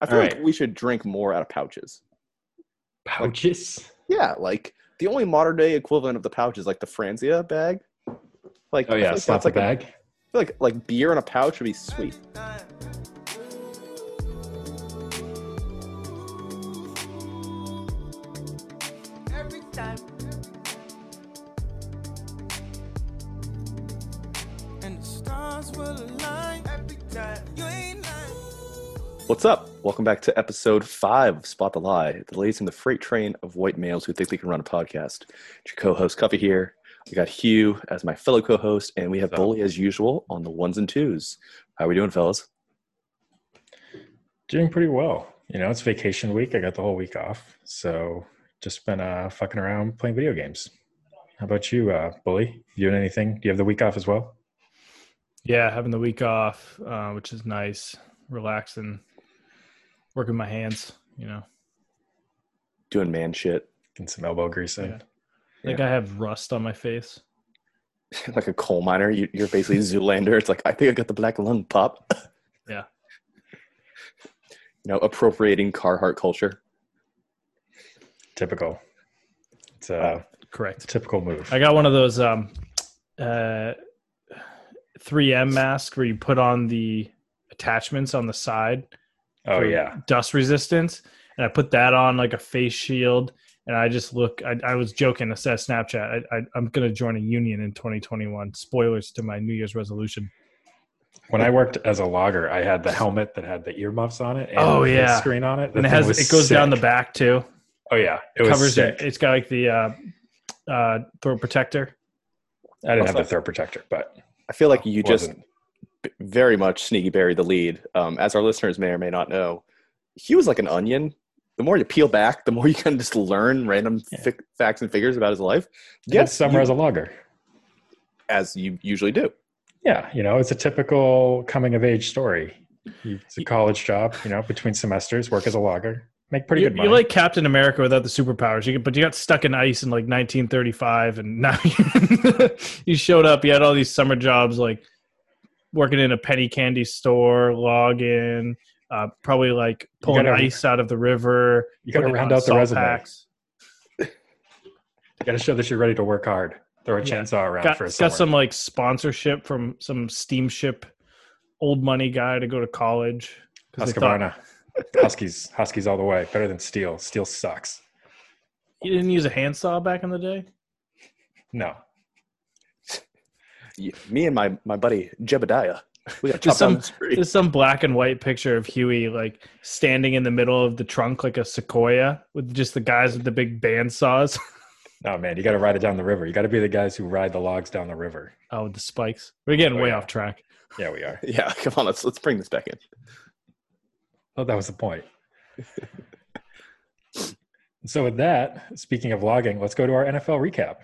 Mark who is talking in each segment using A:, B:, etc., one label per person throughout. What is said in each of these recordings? A: I feel
B: All
A: like
B: right.
A: we should drink more out of pouches.
B: Pouches.
A: Yeah, like the only modern day equivalent of the pouch is like the Franzia bag. Like
B: Oh
A: I
B: yeah,
A: feel like
B: slap
A: that's
B: the
A: like a-
B: bag.
A: I feel like like beer in a pouch would be sweet.
C: Every time. And the stars will align. Every time. You ain't lying.
A: What's up? Welcome back to episode five of Spot the Lie, the latest in the freight train of white males who think they can run a podcast. It's your co-host Cuffy here. We got Hugh as my fellow co-host, and we have
B: What's up?
A: Bully as usual on the ones and twos. How we doing, fellas?
B: Doing pretty well. You know, it's vacation week. I got the whole week off, so just been uh, fucking around playing video games. How about you, uh, bully? You doing anything? Do you have the week off as well?
D: Yeah, having the week off, uh, which is nice, relaxing, working my hands. You know,
A: Doing man shit,
B: Getting some elbow grease in.
D: Yeah. like I have rust on my face.
A: like a coal miner. You, you're basically Zoolander. It's like I think I got the black lung pop.
D: Yeah.
A: You know, appropriating Carhartt culture.
B: Typical. It's a
A: Wow.
D: Correct.
B: typical move.
D: I got one of those um, uh, 3M mask where you put on the attachments on the side.
B: oh
D: for
B: yeah.
D: dust resistance, and I put that on like a face shield. And I just look. I, I was joking. I said Snapchat. I, I, I'm gonna join a union in 2021. Spoilers to my New Year's resolution.
B: When I worked as a logger, I had the helmet that had the earmuffs on it. And
D: Oh,
B: the
D: yeah.
B: screen on it. The
D: and it
B: thing
D: has
B: was
D: it goes down the
B: sick.
D: back too.
B: Oh yeah, it was
D: covers
B: sick.
D: it. It's got like the uh, uh, throat protector.
B: I didn't have the throat protector, but
A: I feel
D: Oh,
A: like you just
B: wasn't.
A: b- very much sneaky buried the lead. Um, as our listeners may or may not know, he was like an onion. The more you peel back, the more you can just learn random
B: Yeah.
A: fic- facts and figures about his life.
B: yes, summer
A: you-
B: as a logger.
A: as you usually do.
B: Yeah, you know, it's a typical coming of age story. You- It's a college job, you know, between semesters, work as a logger, make pretty
D: You,
B: good
D: you
B: money.
D: like Captain America without the superpowers, you, get- but you got stuck in ice in like 1935, and now you, you showed up. You had all these summer jobs, like working in a penny candy store, logging, uh, probably like pulling
B: gotta-
D: ice out of the river.
B: you got to
D: putting
B: round
D: on
B: out the
D: salt
B: resume.
D: packs.
B: You got to show that you're ready to work hard. Throw a
D: Yeah.
B: chainsaw around
D: Got,
B: for a summer.
D: got some like sponsorship from some steamship old money guy to go to college. 'cause they thought-
B: Husqvarna. Huskies, Huskies all the way. Better than steel. Steel sucks.
D: You didn't use a handsaw back in the day?
B: No,
A: Y- Me and my, my buddy Jebediah, we got chopped
D: Just
A: down
D: some-
A: this tree.
D: There's some black and white picture of Huey like standing in the middle of the trunk like a sequoia with just the guys with the big band saws.
B: no, man, you got to ride it down the river. You got to be the guys who ride the logs down the river.
D: Oh, with the spikes. We're getting
B: Oh,
D: way
B: yeah.
D: off track.
B: Yeah, we are.
A: Yeah, come on, let's let's bring this back in.
B: Oh, that was the point. so, with that, speaking of logging, let's go to our NFL recap.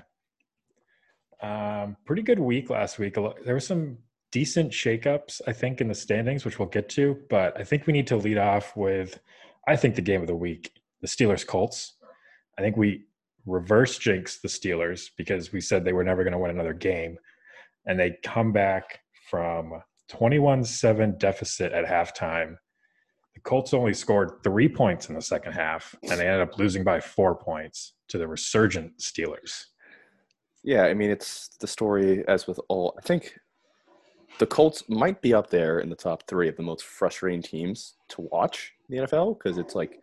B: Um, pretty good week last week. A lo- There were some decent shakeups, I think, in the standings, which we'll get to. But I think we need to lead off with, I think, the game of the week: the Steelers Colts. I think we reverse jinxed the Steelers because we said they were never going to win another game, and they come back from 21-7 deficit at halftime the Colts only scored three points in the second half, and they ended up losing by four points to the resurgent Steelers.
A: Yeah, I mean it's the story as with all. I think the Colts might be up there in the top three of the most frustrating teams to watch in the NFL because it's like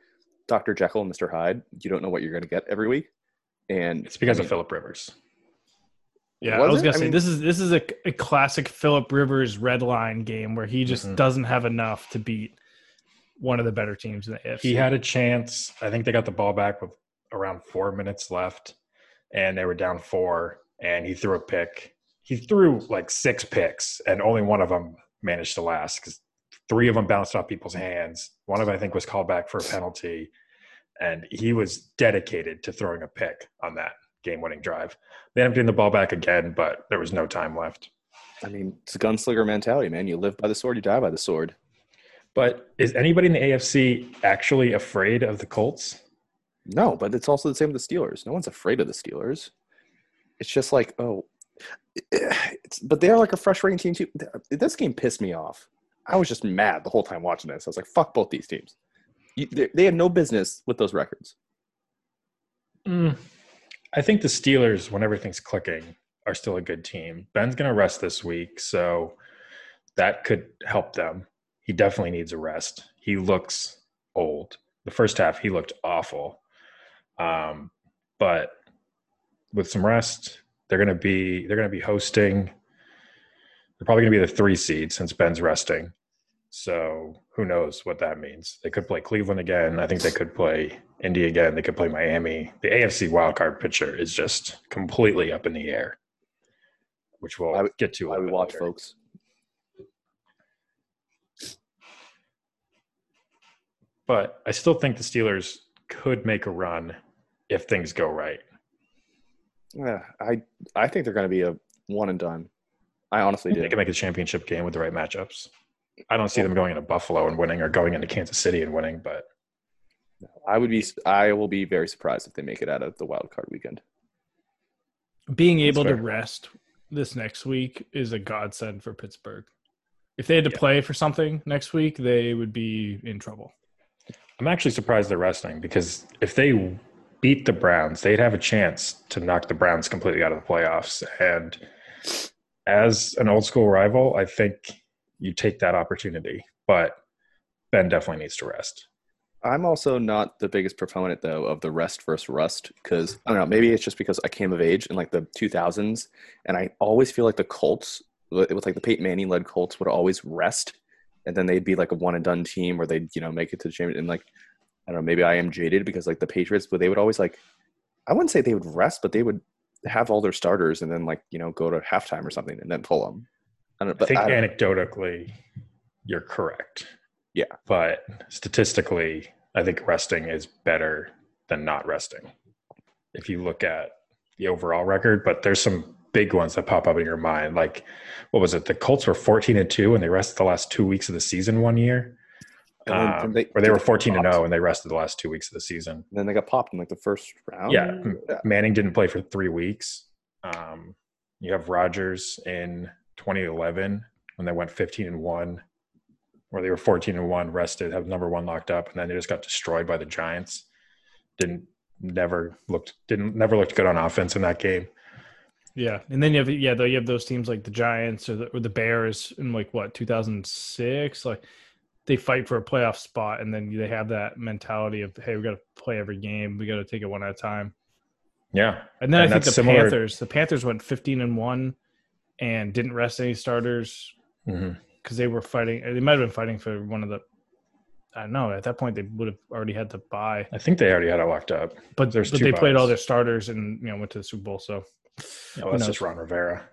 A: Dr. Jekyll and Mr. Hyde. You don't know what you're going to get every week, and
B: It's because
A: I
B: of
A: mean,
B: Philip Rivers.
D: Yeah,
A: Was
D: I was
A: it?
D: gonna
A: I
D: say
A: mean-
D: this is this is a, a classic Philip Rivers red line game where he just
B: Mhm.
D: doesn't have enough to beat one of the better teams in the AFC.
B: He had a chance. I think they got the ball back with around four minutes left, and they were down four, and he threw a pick. He threw like six picks, and only one of them managed to last because three of them bounced off people's hands. One of them, I think, was called back for a penalty, and he was dedicated to throwing a pick on that game winning drive. They ended up getting the ball back again, but there was no time left.
A: I mean it's a gunslinger mentality, man. You live by the sword, you die by the sword.
B: But is anybody in the AFC actually afraid of the Colts?
A: No, but it's also the same with the Steelers. No one's afraid of the Steelers. It's just like, oh, it's, but they're like a frustrating team too. Th- This game pissed me off. I was just mad the whole time watching this. I was like, fuck both these teams. You, they, they had no business with those records.
B: Mm. I think the Steelers, when everything's clicking, are still a good team. Ben's going to rest this week, so that could help them. He definitely needs a rest. He looks old. The first half, he looked awful. Um, but with some rest, they're going to be they're going to be hosting. They're probably going to be the three seed since Ben's resting. So who knows what that means? They could play Cleveland again. I think they could play Indy again. They could play Miami. The AFC wildcard picture is just completely up in the air, which we'll
A: Why we-
B: get to. a
A: Why
B: little
A: we
B: bit
A: watch,
B: later.
A: folks.
B: But I still think the Steelers could make a run if things go right.
A: Yeah, I I think they're going to be a one and done. I honestly do.
B: They can make a championship game with the right matchups. I don't see them going into Buffalo and winning or going into Kansas City and winning, but
A: I would be. I will be very surprised if they make it out of the wild card weekend.
D: Being
B: That's
D: able to
B: fair.
D: rest this next week is a godsend for Pittsburgh. If they had to
B: Yeah.
D: play for something next week, they would be in trouble.
B: I'm actually surprised they're resting because if they beat the Browns, they'd have a chance to knock the Browns completely out of the playoffs. And as an old school rival, I think you take that opportunity. But Ben definitely needs to rest.
A: I'm also not the biggest proponent though of the rest versus rust because I don't know. Maybe it's just because I came of age in like the 2000s, and I always feel like the Colts with with, like the Peyton Manning led Colts would always rest, and then they'd be like a one and done team where they'd you know make it to the championship. And like I don't know, maybe I am jaded because like the Patriots, but they would always like I wouldn't say they would rest, but they would have all their starters and then like you know go to halftime or something and then pull them. I don't.
B: I
A: But
B: think
A: I don't-
B: anecdotally, you're correct.
A: Yeah.
B: But statistically, I think resting is better than not resting. If you look at the overall record, but there's some big ones that pop up in your mind. Like, what was it? The Colts were 14 and 2 and they rested the last two weeks of the season one year.
A: and then-
B: Um,
A: then
B: or they
A: then
B: were 14 and oh.
A: popped.
B: 0 and they rested the last two weeks of the season.
A: And then they got popped in like the first round.
B: Yeah, M- Manning didn't play for three weeks. Um, you have Rodgers in 2011 when they went 15 and one, where they were 14 and one, rested, have number one locked up, and then they just got destroyed by the Giants. Didn't never looked didn't never looked good on offense in that game.
D: Yeah, and then you have yeah, though you have those teams like the Giants or the, or the Bears in like what 2006, like they fight for a playoff spot, and then they have that mentality of hey, we got to play every game, we got to take it one at a time.
B: Yeah,
D: And then
B: And
D: I think the
B: that's similar-
D: Panthers, the Panthers went 15 and one, and didn't rest any starters
B: Mhm.
D: because they were fighting. They might have been fighting for one of the. I don't know. At that point, they would have already had to buy,
B: I think they already had it locked up.
D: but,
B: There's
D: but
B: two
D: they played
B: buys.
D: all their starters and you know went to the Super Bowl. So
B: Yeah, well, that's
D: knows?
B: just Ron Rivera.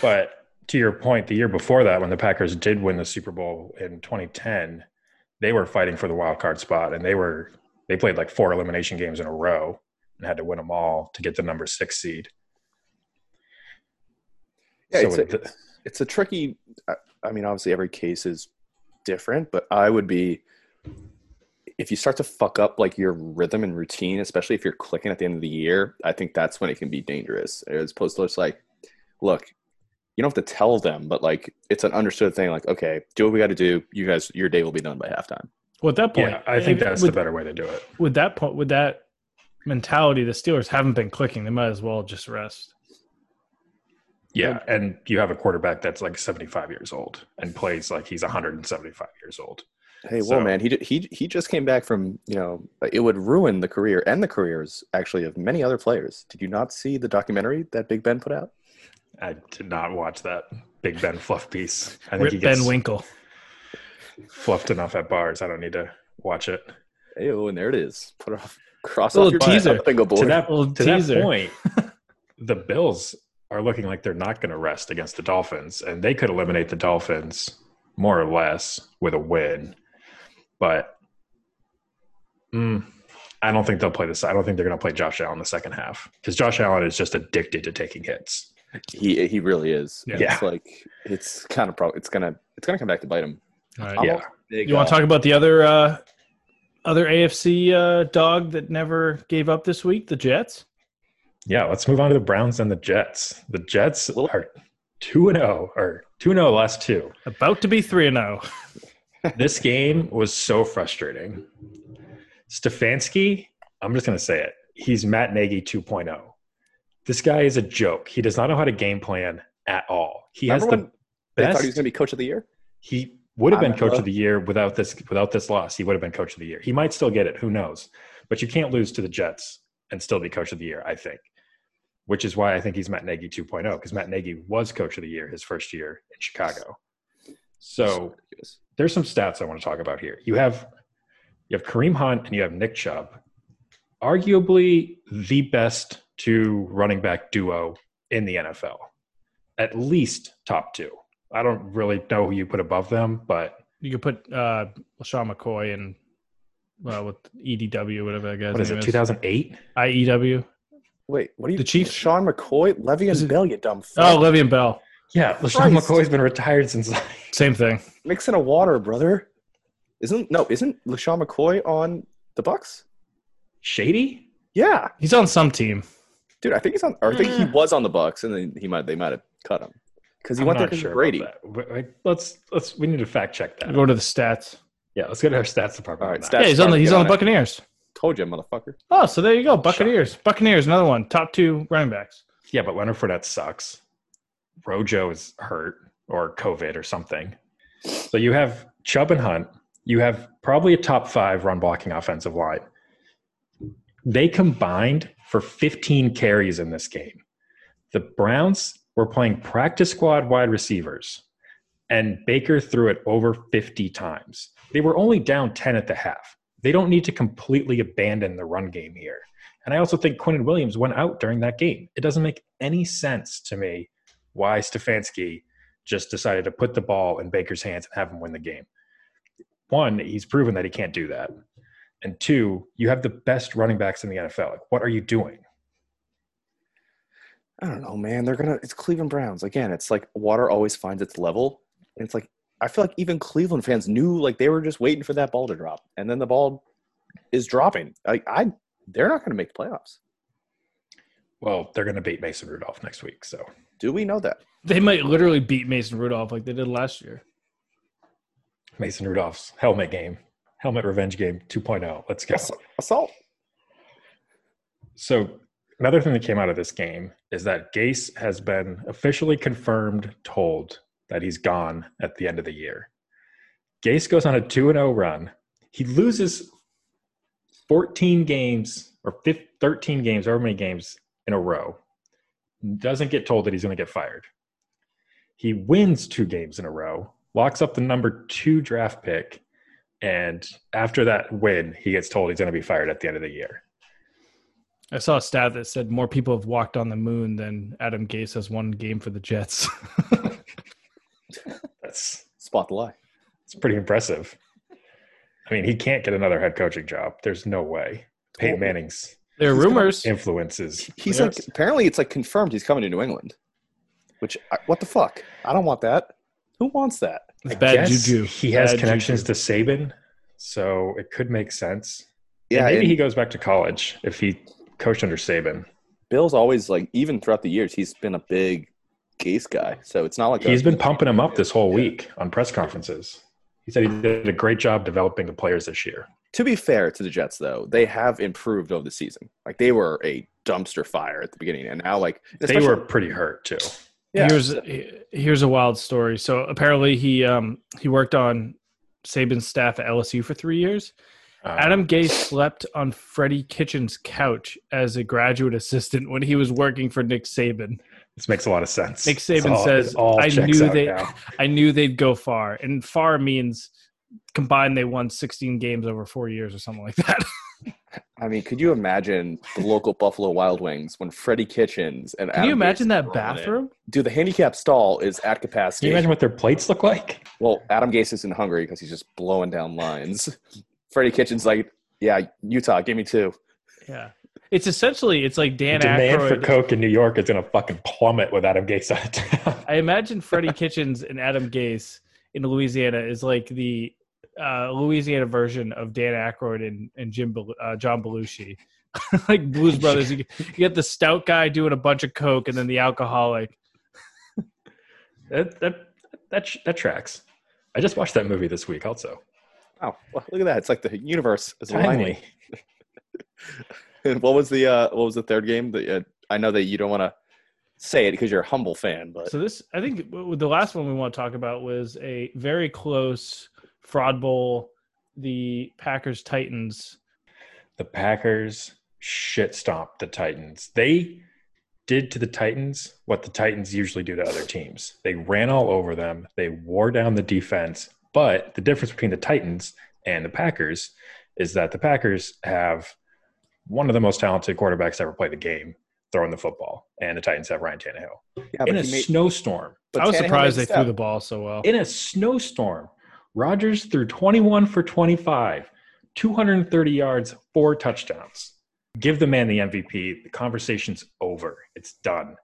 B: But to your point, the year before that, when the Packers did win the Super Bowl in 2010, they were fighting for the wild card spot, and they were they played like four elimination games in a row and had to win them all to get the number six seed.
A: Yeah,
B: so
A: it's
B: with
A: a-
B: the-
A: it's a tricky I, I mean obviously every case is different but i would be if you start to fuck up like your rhythm and routine especially if you're clicking at the end of the year i think that's when it can be dangerous as opposed to just like look you don't have to tell them but like it's an understood thing like okay do what we got to do you guys your day will be done by halftime
D: well, at that point,
B: yeah, I think
D: if-
B: that's
D: with,
B: the better way to do it.
D: with that point with that mentality the steelers haven't been clicking they might as well just rest
B: Yeah, and you have a quarterback that's like 75 years old and plays like he's 175 years old.
A: hey
B: So-
A: well man he, ju- he he just came back from you know it would ruin the career and the careers actually of many other players did you not see the documentary that big ben put out
B: I did not watch that Big Ben fluff piece. I think
D: Rip
B: he
D: ben
B: gets
D: winkle
B: fluffed enough at bars. I don't need to watch it.
A: Hey, oh, and there it is. Put it off, cross
D: Little
A: off your
D: teaser.
A: teaser. Bingo board.
B: to that,
D: Little
B: to that
D: teaser.
B: point, the Bills are looking like they're not going to rest against the Dolphins, and they could eliminate the Dolphins more or less with a win. But mm, I don't think they'll play this. I don't think they're going to play Josh Allen the second half because Josh Allen is just addicted to taking hits.
A: he he really is.
D: Yeah.
B: Yeah.
A: It's like it's kind of probably it's gonna it's gonna come back to bite him.
D: all right
A: I'm
B: Yeah.
A: also big,
D: you want to
A: uh,
D: talk about the other uh other afc uh dog that never gave up this week the jets
B: Yeah, let's move on to the Browns and the Jets. The Jets
A: Well-
B: are two and zero or two and zero last two.
D: about to be 3 and oh. 0
B: this game was so frustrating. Stefanski, I'm just going to say it. He's Matt Nagy 2.0. This guy is a joke. He does not know how to game plan at all. He
A: Remember
B: has the
A: when They thought
B: best-
A: he was going to be coach of the year.
B: he would have been
A: Iowa.
B: coach of the year without this without this loss. He would have been coach of the year. He might still get it. Who knows? But you can't lose to the Jets and still be coach of the year. I think, which is why I think he's Matt Nagy 2.0 because Matt Nagy was coach of the year his first year in Chicago. So
A: Ridiculous.
B: there's some stats I want to talk about here. You have you have Kareem Hunt and you have Nick Chubb, arguably the best two running back duo in the NFL, at least top two. I don't really know who you put above them, but
D: You could put uh, LaShawn McCoy and well with EDW, whatever that guy's
B: what is
D: name
B: it,
D: is. E
B: 2008?
D: IEW.
A: Wait, what are you?
D: The Chiefs-
A: Sean McCoy, Levy,
D: Is
A: and
D: it-
A: Bell. You dumb.
D: Oh,
A: Fuck.
D: Levy and Bell.
B: Yeah, LaShawn
A: Christ.
B: McCoy's been retired since. like-
D: Same thing.
A: mixing a water, brother. Isn't no? Isn't Lashawn McCoy on the Bucks?
B: Shady?
A: Yeah,
D: He's on some team.
A: dude. I think he's on. Or I think
D: Mm.
A: he was on the Bucks, and then he might. They might have cut him because he
B: I'm
A: went there
B: not
A: because
B: sure
A: of
B: about
A: Brady.
B: that. Wait, wait, Let's let's we need to fact check that.
D: Go to the stats.
B: Yeah, let's go to our stats department.
A: All
B: on
A: right,
B: that.
A: stats.
D: yeah, he's on the
A: Get
D: he's on the
A: it.
D: Buccaneers.
A: Told you, motherfucker.
D: Oh, so there you go. Buccaneers. Buccaneers, another one. Top two running backs.
B: Yeah, but Leonard Fournette sucks. Rojo is hurt or COVID or something. So you have Chubb and Hunt. You have probably a top five run blocking offensive line. They combined for 15 carries in this game. The Browns were playing practice squad wide receivers, and Baker threw it over 50 times. They were only down 10 at the half. They don't need to completely abandon the run game here. And I also think Quinn Williams went out during that game. It doesn't make any sense to me why Stefanski just decided to put the ball in Baker's hands and have him win the game. One, he's proven that he can't do that. And two, you have the best running backs in the NFL. Like, what are you doing?
A: I don't know, man. They're gonna. It's Cleveland Browns again. It's like water always finds its level, and it's like I feel like even Cleveland fans knew like they were just waiting for that ball to drop, and then the ball is dropping. Like I, they're not gonna make the playoffs.
B: Well, they're going to beat Mason Rudolph next week. So
A: Do we know that?
D: They might literally beat Mason Rudolph like they did last year.
B: Mason Rudolph's helmet game, helmet revenge game 2.0. Let's go.
A: Assault. Assault.
B: So another thing that came out of this game is that Gase has been officially confirmed, told that he's gone at the end of the year. Gase goes on a 2 0 run. He loses 14 games or 15, 13 games, however many games in a row. Doesn't get told that he's going to get fired. He wins two games in a row, locks up the number two draft pick, and after that win, he gets told he's going to be fired at the end of the year.
D: I saw a stat that said more people have walked on the moon than Adam Gase has won game for the Jets.
B: That's
A: Spot the lie.
B: It's pretty impressive. I mean, he can't get another head coaching job. There's no way. Peyton
A: Totally.
B: Manning's
D: there are
A: He's gonna-
D: rumors.
B: influences.
A: He's like apparently it's like confirmed he's coming to New England. Which I, what the fuck? I don't want that. Who wants that?
D: It's bad
B: Yes,
D: juju.
B: He has
D: Bad
B: connections to
D: juju.
B: Saban, so it could make sense.
A: Yeah,
B: And maybe
A: and
B: he goes back to college if he coached under Saban.
A: Bill's always like even throughout the years he's been a big case guy. So it's not like
B: He's
A: a,
B: been pumping him up this whole week on press conferences. He said he did a great job developing the players this year.
A: to be fair to the Jets though, they have improved over the season. Like they were a dumpster fire at the beginning, and now like
B: they
A: especially-
B: were pretty hurt too.
A: Yeah.
D: Here's here's a wild story. So apparently he um he worked on Saban's staff at LSU for three years.
B: Um,
D: Adam Gase slept on Freddie Kitchen's couch as a graduate assistant when he was working for Nick Saban.
B: this makes a lot of sense.
D: Nick
B: It's
D: Saban
B: all-
D: says,
B: it all
D: "I
B: checks
D: knew
B: out
D: they-
B: now."
D: I knew they'd go far, and far means combined they won 16 games over four years or something like that.
A: I mean, could you imagine the local Buffalo Wild Wings when Freddie Kitchens and
D: Can you
A: Adam
D: imagine
A: Gase
D: that
A: were on it?
D: bathroom?
A: Dude, the handicap stall is at
B: Can you
A: capacity.
B: imagine what their plates look like?
A: Well, Adam Gase isn't hungry because he's just blowing down lines. Freddie Kitchen's like, yeah, Utah, give me two.
D: Yeah, it's essentially it's like Dan
B: demand for
D: Aykroyd.
B: coke in New York is going to fucking plummet with Adam Gates out of town.
D: I imagine Freddie Kitchens and Adam Gase in Louisiana is like the uh, Louisiana version of Dan Aykroyd and, and Jim Bel- uh, John Belushi, like Blues Brothers. You, get- you get the stout guy doing a bunch of coke, and then the alcoholic.
B: that, that, that, sh- that tracks. I just watched that movie this week also.
A: Oh, well, look at that. It's like the universe is aligning.
B: Finally.
A: And what was the uh, what was the third game? That uh, I know that you don't want to say it because you're a humble fan, but
D: So this, I think, w- the last one we want to talk about was a very close fraud bowl, the Packers Titans.
B: The Packers shit stomped the Titans. They did to the Titans what the Titans usually do to other teams. They ran all over them. They wore down the defense. But the difference between the Titans and the Packers is that the Packers have one of the most talented quarterbacks to ever play the game throwing the football, and the Titans have Ryan Tannehill
A: yeah,
B: in a
A: he made-
B: snowstorm.
A: but
D: I was
A: Tannehill
D: surprised they
A: made a
D: threw
A: step.
D: the ball so well.
B: in a snowstorm. Rodgers threw 21 for 25, 230 yards, four touchdowns. Give the man the MVP. The conversation's over. It's done.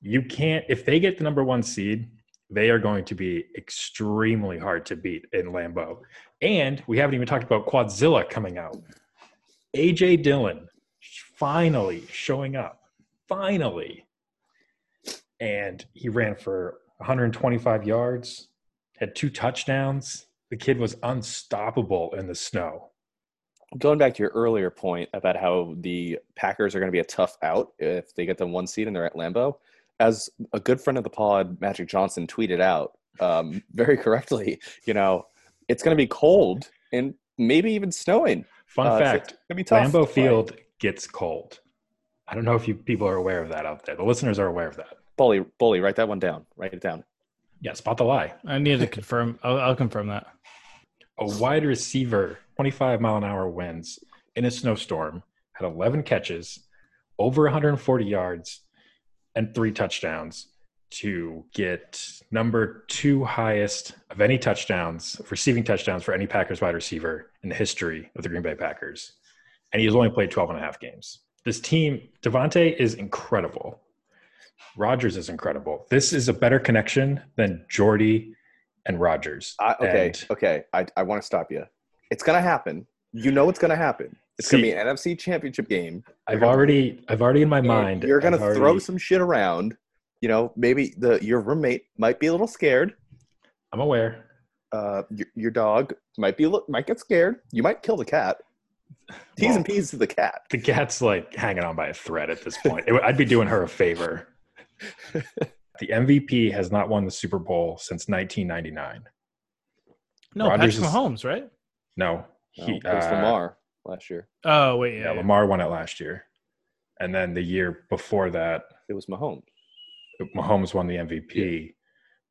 B: You can't, if they get the number one seed, they are going to be extremely hard to beat in Lambeau. And we haven't even talked about Quadzilla coming out. AJ Dillon finally showing up. Finally and he ran for 125 yards, had two touchdowns. The kid was unstoppable in the snow.
A: Going back to your earlier point about how the Packers are going to be a tough out if they get the one seed and they're at Lambeau, as a good friend of the pod, Magic Johnson, tweeted out um, very correctly, you know, it's going to be cold and maybe even snowing.
B: Fun
A: Uh, so
B: fact
A: it's gonna be tough.
B: Lambeau Field gets cold. I don't know if you people are aware of that out there. The listeners are aware of that.
A: Bully, bully, write that one down. Write it down.
B: Yeah, spot the lie.
D: I need to confirm. I'll, I'll confirm that.
B: A wide receiver, 25 mile an hour winds in a snowstorm, had 11 catches, over 140 yards, and three touchdowns to get number two highest of any touchdowns, receiving touchdowns for any Packers wide receiver in the history of the Green Bay Packers. And he has only played 12 and a half games. This team, Devontae is incredible. Rodgers is incredible. This is a better connection than Jordy and Rodgers.
A: I, okay,
B: And-
A: okay. I, I want to stop you. It's going to happen. You know it's going to happen. It's going to
B: See-
A: be an NFC championship game.
B: I've
A: You're gonna-
B: already, I've already in my
A: you know,
B: mind.
A: You're gonna
B: I've already-
A: throw some shit around. You know, maybe the your roommate might be a little scared.
B: I'm aware.
A: Uh, your, your dog might be a little, might get scared. You might kill the cat. T's
B: Well,
A: and P's to the cat.
B: The cat's like hanging on by a thread at this point. It- I'd be doing her a favor. the MVP has not won the Super Bowl since 1999.
D: No,
B: Rodgers
D: Patrick
B: is-
D: Mahomes, right?
B: No,
A: No,
B: he,
A: it was
B: uh,
A: Oh, Lamar last year.
D: Oh wait,
B: Yeah,
D: yeah, yeah.
B: Lamar won it last year, and then the year before that,
A: It was Mahomes.
B: Mahomes won the MVP,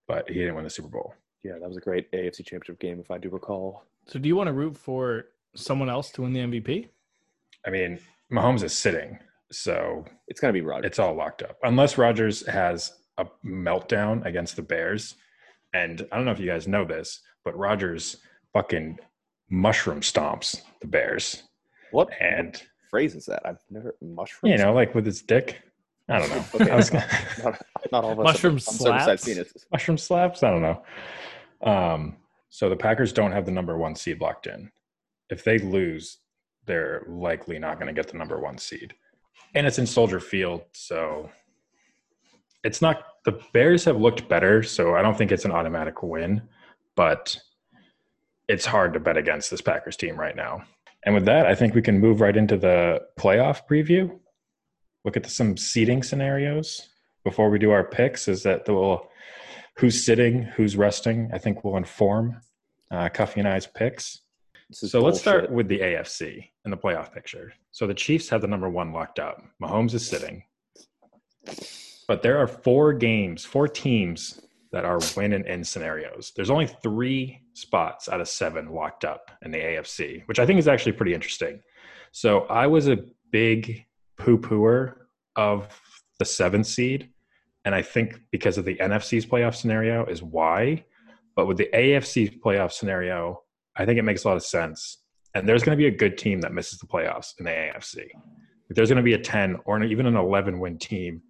B: but he didn't win the Super Bowl.
A: Yeah, that was a great AFC championship game, if I do recall.
D: So do you want to root for someone else to win the MVP?
B: I mean, Mahomes is sitting, so
A: It's gonna be Rodgers.
B: it's all locked up unless Rogers has a meltdown against the Bears. And I don't know if you guys know this, but Rogers fucking mushroom stomps the Bears,
A: what
B: and
A: phrase is that? I've never mushroom.
B: you know, like with his dick. I don't know.
A: Okay.
B: I was gonna,
A: not, not all of us.
D: Mushroom
A: I'm circumcised
D: slaps?
A: penis.
B: mushroom slaps. I don't know. Um, so the Packers don't have the number one seed locked in. If they lose, they're likely not going to get the number one seed. And it's in Soldier Field, so it's not. The Bears have looked better, so I don't think it's an automatic win, but it's hard to bet against this Packers team right now. And with that, I think we can move right into the playoff preview. Look at some seeding scenarios before we do our picks. Is that we'll who's sitting, who's resting? I think will inform uh, Cuffy and I's picks.
A: This is
B: So let's start
A: bullshit.
B: with the AFC and the playoff picture. So the Chiefs have the number one locked up. Mahomes is sitting. But there are four games, four teams that are win and end scenarios. There's only three spots out of seven locked up in the AFC, which I think is actually pretty interesting. So I was a big poo pooer of the seventh seed. And I think because of the NFC's playoff scenario is why. But with the AFC's playoff scenario, I think it makes a lot of sense. And there's going to be a good team that misses the playoffs in the AFC. Like, There's going to be a 10 or an- even an 11 win team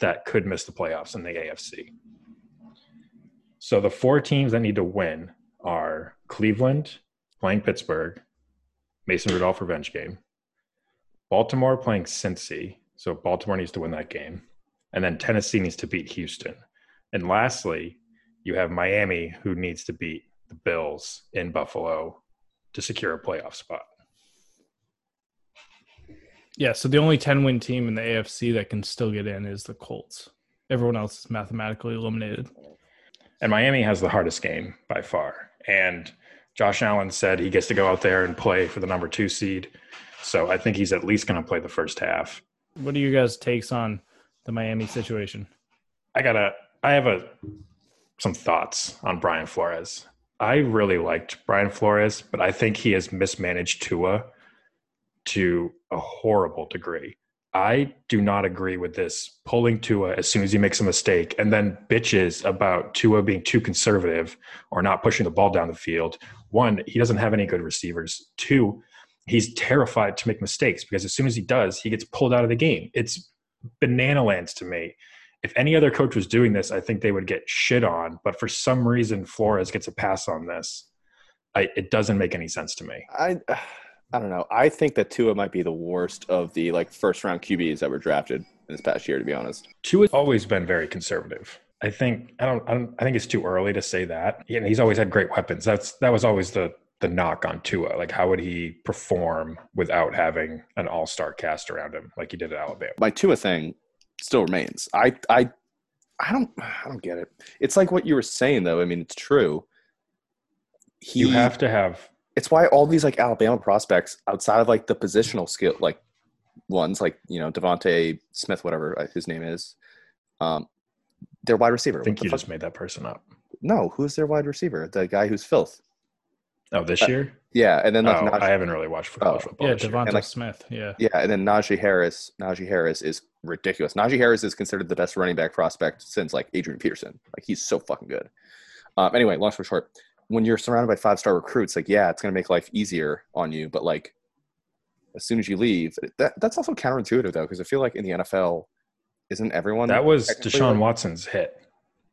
B: that could miss the playoffs in the AFC. So the four teams that need to win are Cleveland playing Pittsburgh, Mason Rudolph revenge game, Baltimore playing Cincy. So Baltimore needs to win that game. And then Tennessee needs to beat Houston. And lastly, you have Miami who needs to beat the Bills in Buffalo to secure a playoff spot.
D: Yeah, so the only 10 win team in the AFC that can still get in is the Colts. Everyone else is mathematically eliminated.
B: And Miami has the hardest game by far. And Josh Allen said he gets to go out there and play for the number two seed. So I think he's at least going to play the first half.
D: What are you guys' takes on the Miami situation?
B: I gotta. I have a some thoughts on Brian Flores. I really liked Brian Flores, but I think he has mismanaged Tua to a horrible degree. I do not agree with this pulling Tua as soon as he makes a mistake and then bitches about Tua being too conservative or not pushing the ball down the field. One, he doesn't have any good receivers. Two, he's terrified to make mistakes because as soon as he does, he gets pulled out of the game. It's banana lands to me if any other coach was doing this, I think they would get shit on. But for some reason, Flores gets a pass on this. I, it doesn't make any sense to me.
A: I I don't know. I think that Tua might be the worst of the like first round QBs that were drafted in this past year. To be honest,
B: Tua's always been very conservative. I think I don't, I don't. I think it's too early to say that. Yeah, and he's always had great weapons. That's that was always the the knock on Tua. Like, how would he perform without having an all star cast around him, like he did at Alabama?
A: my Tua thing still remains. I I I don't I don't get it. It's like what you were saying though. I mean, it's true. He,
B: you have to have
A: it's why all these like Alabama prospects outside of like the positional skill like ones like you know Devonte Smith whatever uh, his name is, um, their wide receiver.
B: I
A: What
B: think
A: the
B: you
A: fuck-
B: just made that person up.
A: no, who's their wide receiver? The guy who's filth.
B: Oh, this
A: Uh,
B: year?
A: Yeah, and then like
B: Oh,
A: Najee,
B: I haven't really watched
A: Oh,
B: college football.
D: yeah,
B: this year.
D: Devonta
A: And, like-
D: Smith. Yeah.
A: yeah, and then Najee Harris. Najee Harris is ridiculous. Najee Harris is considered the best running back prospect since like Adrian Peterson. Like he's so fucking good. Um, anyway, long story short, when you're surrounded by five star recruits, like yeah, it's gonna make life easier on you, but like as soon as you leave, that, that's also counterintuitive though, because I feel like in the NFL, isn't everyone
B: That was
A: technically,
B: Deshaun
A: like-
B: Watson's hit.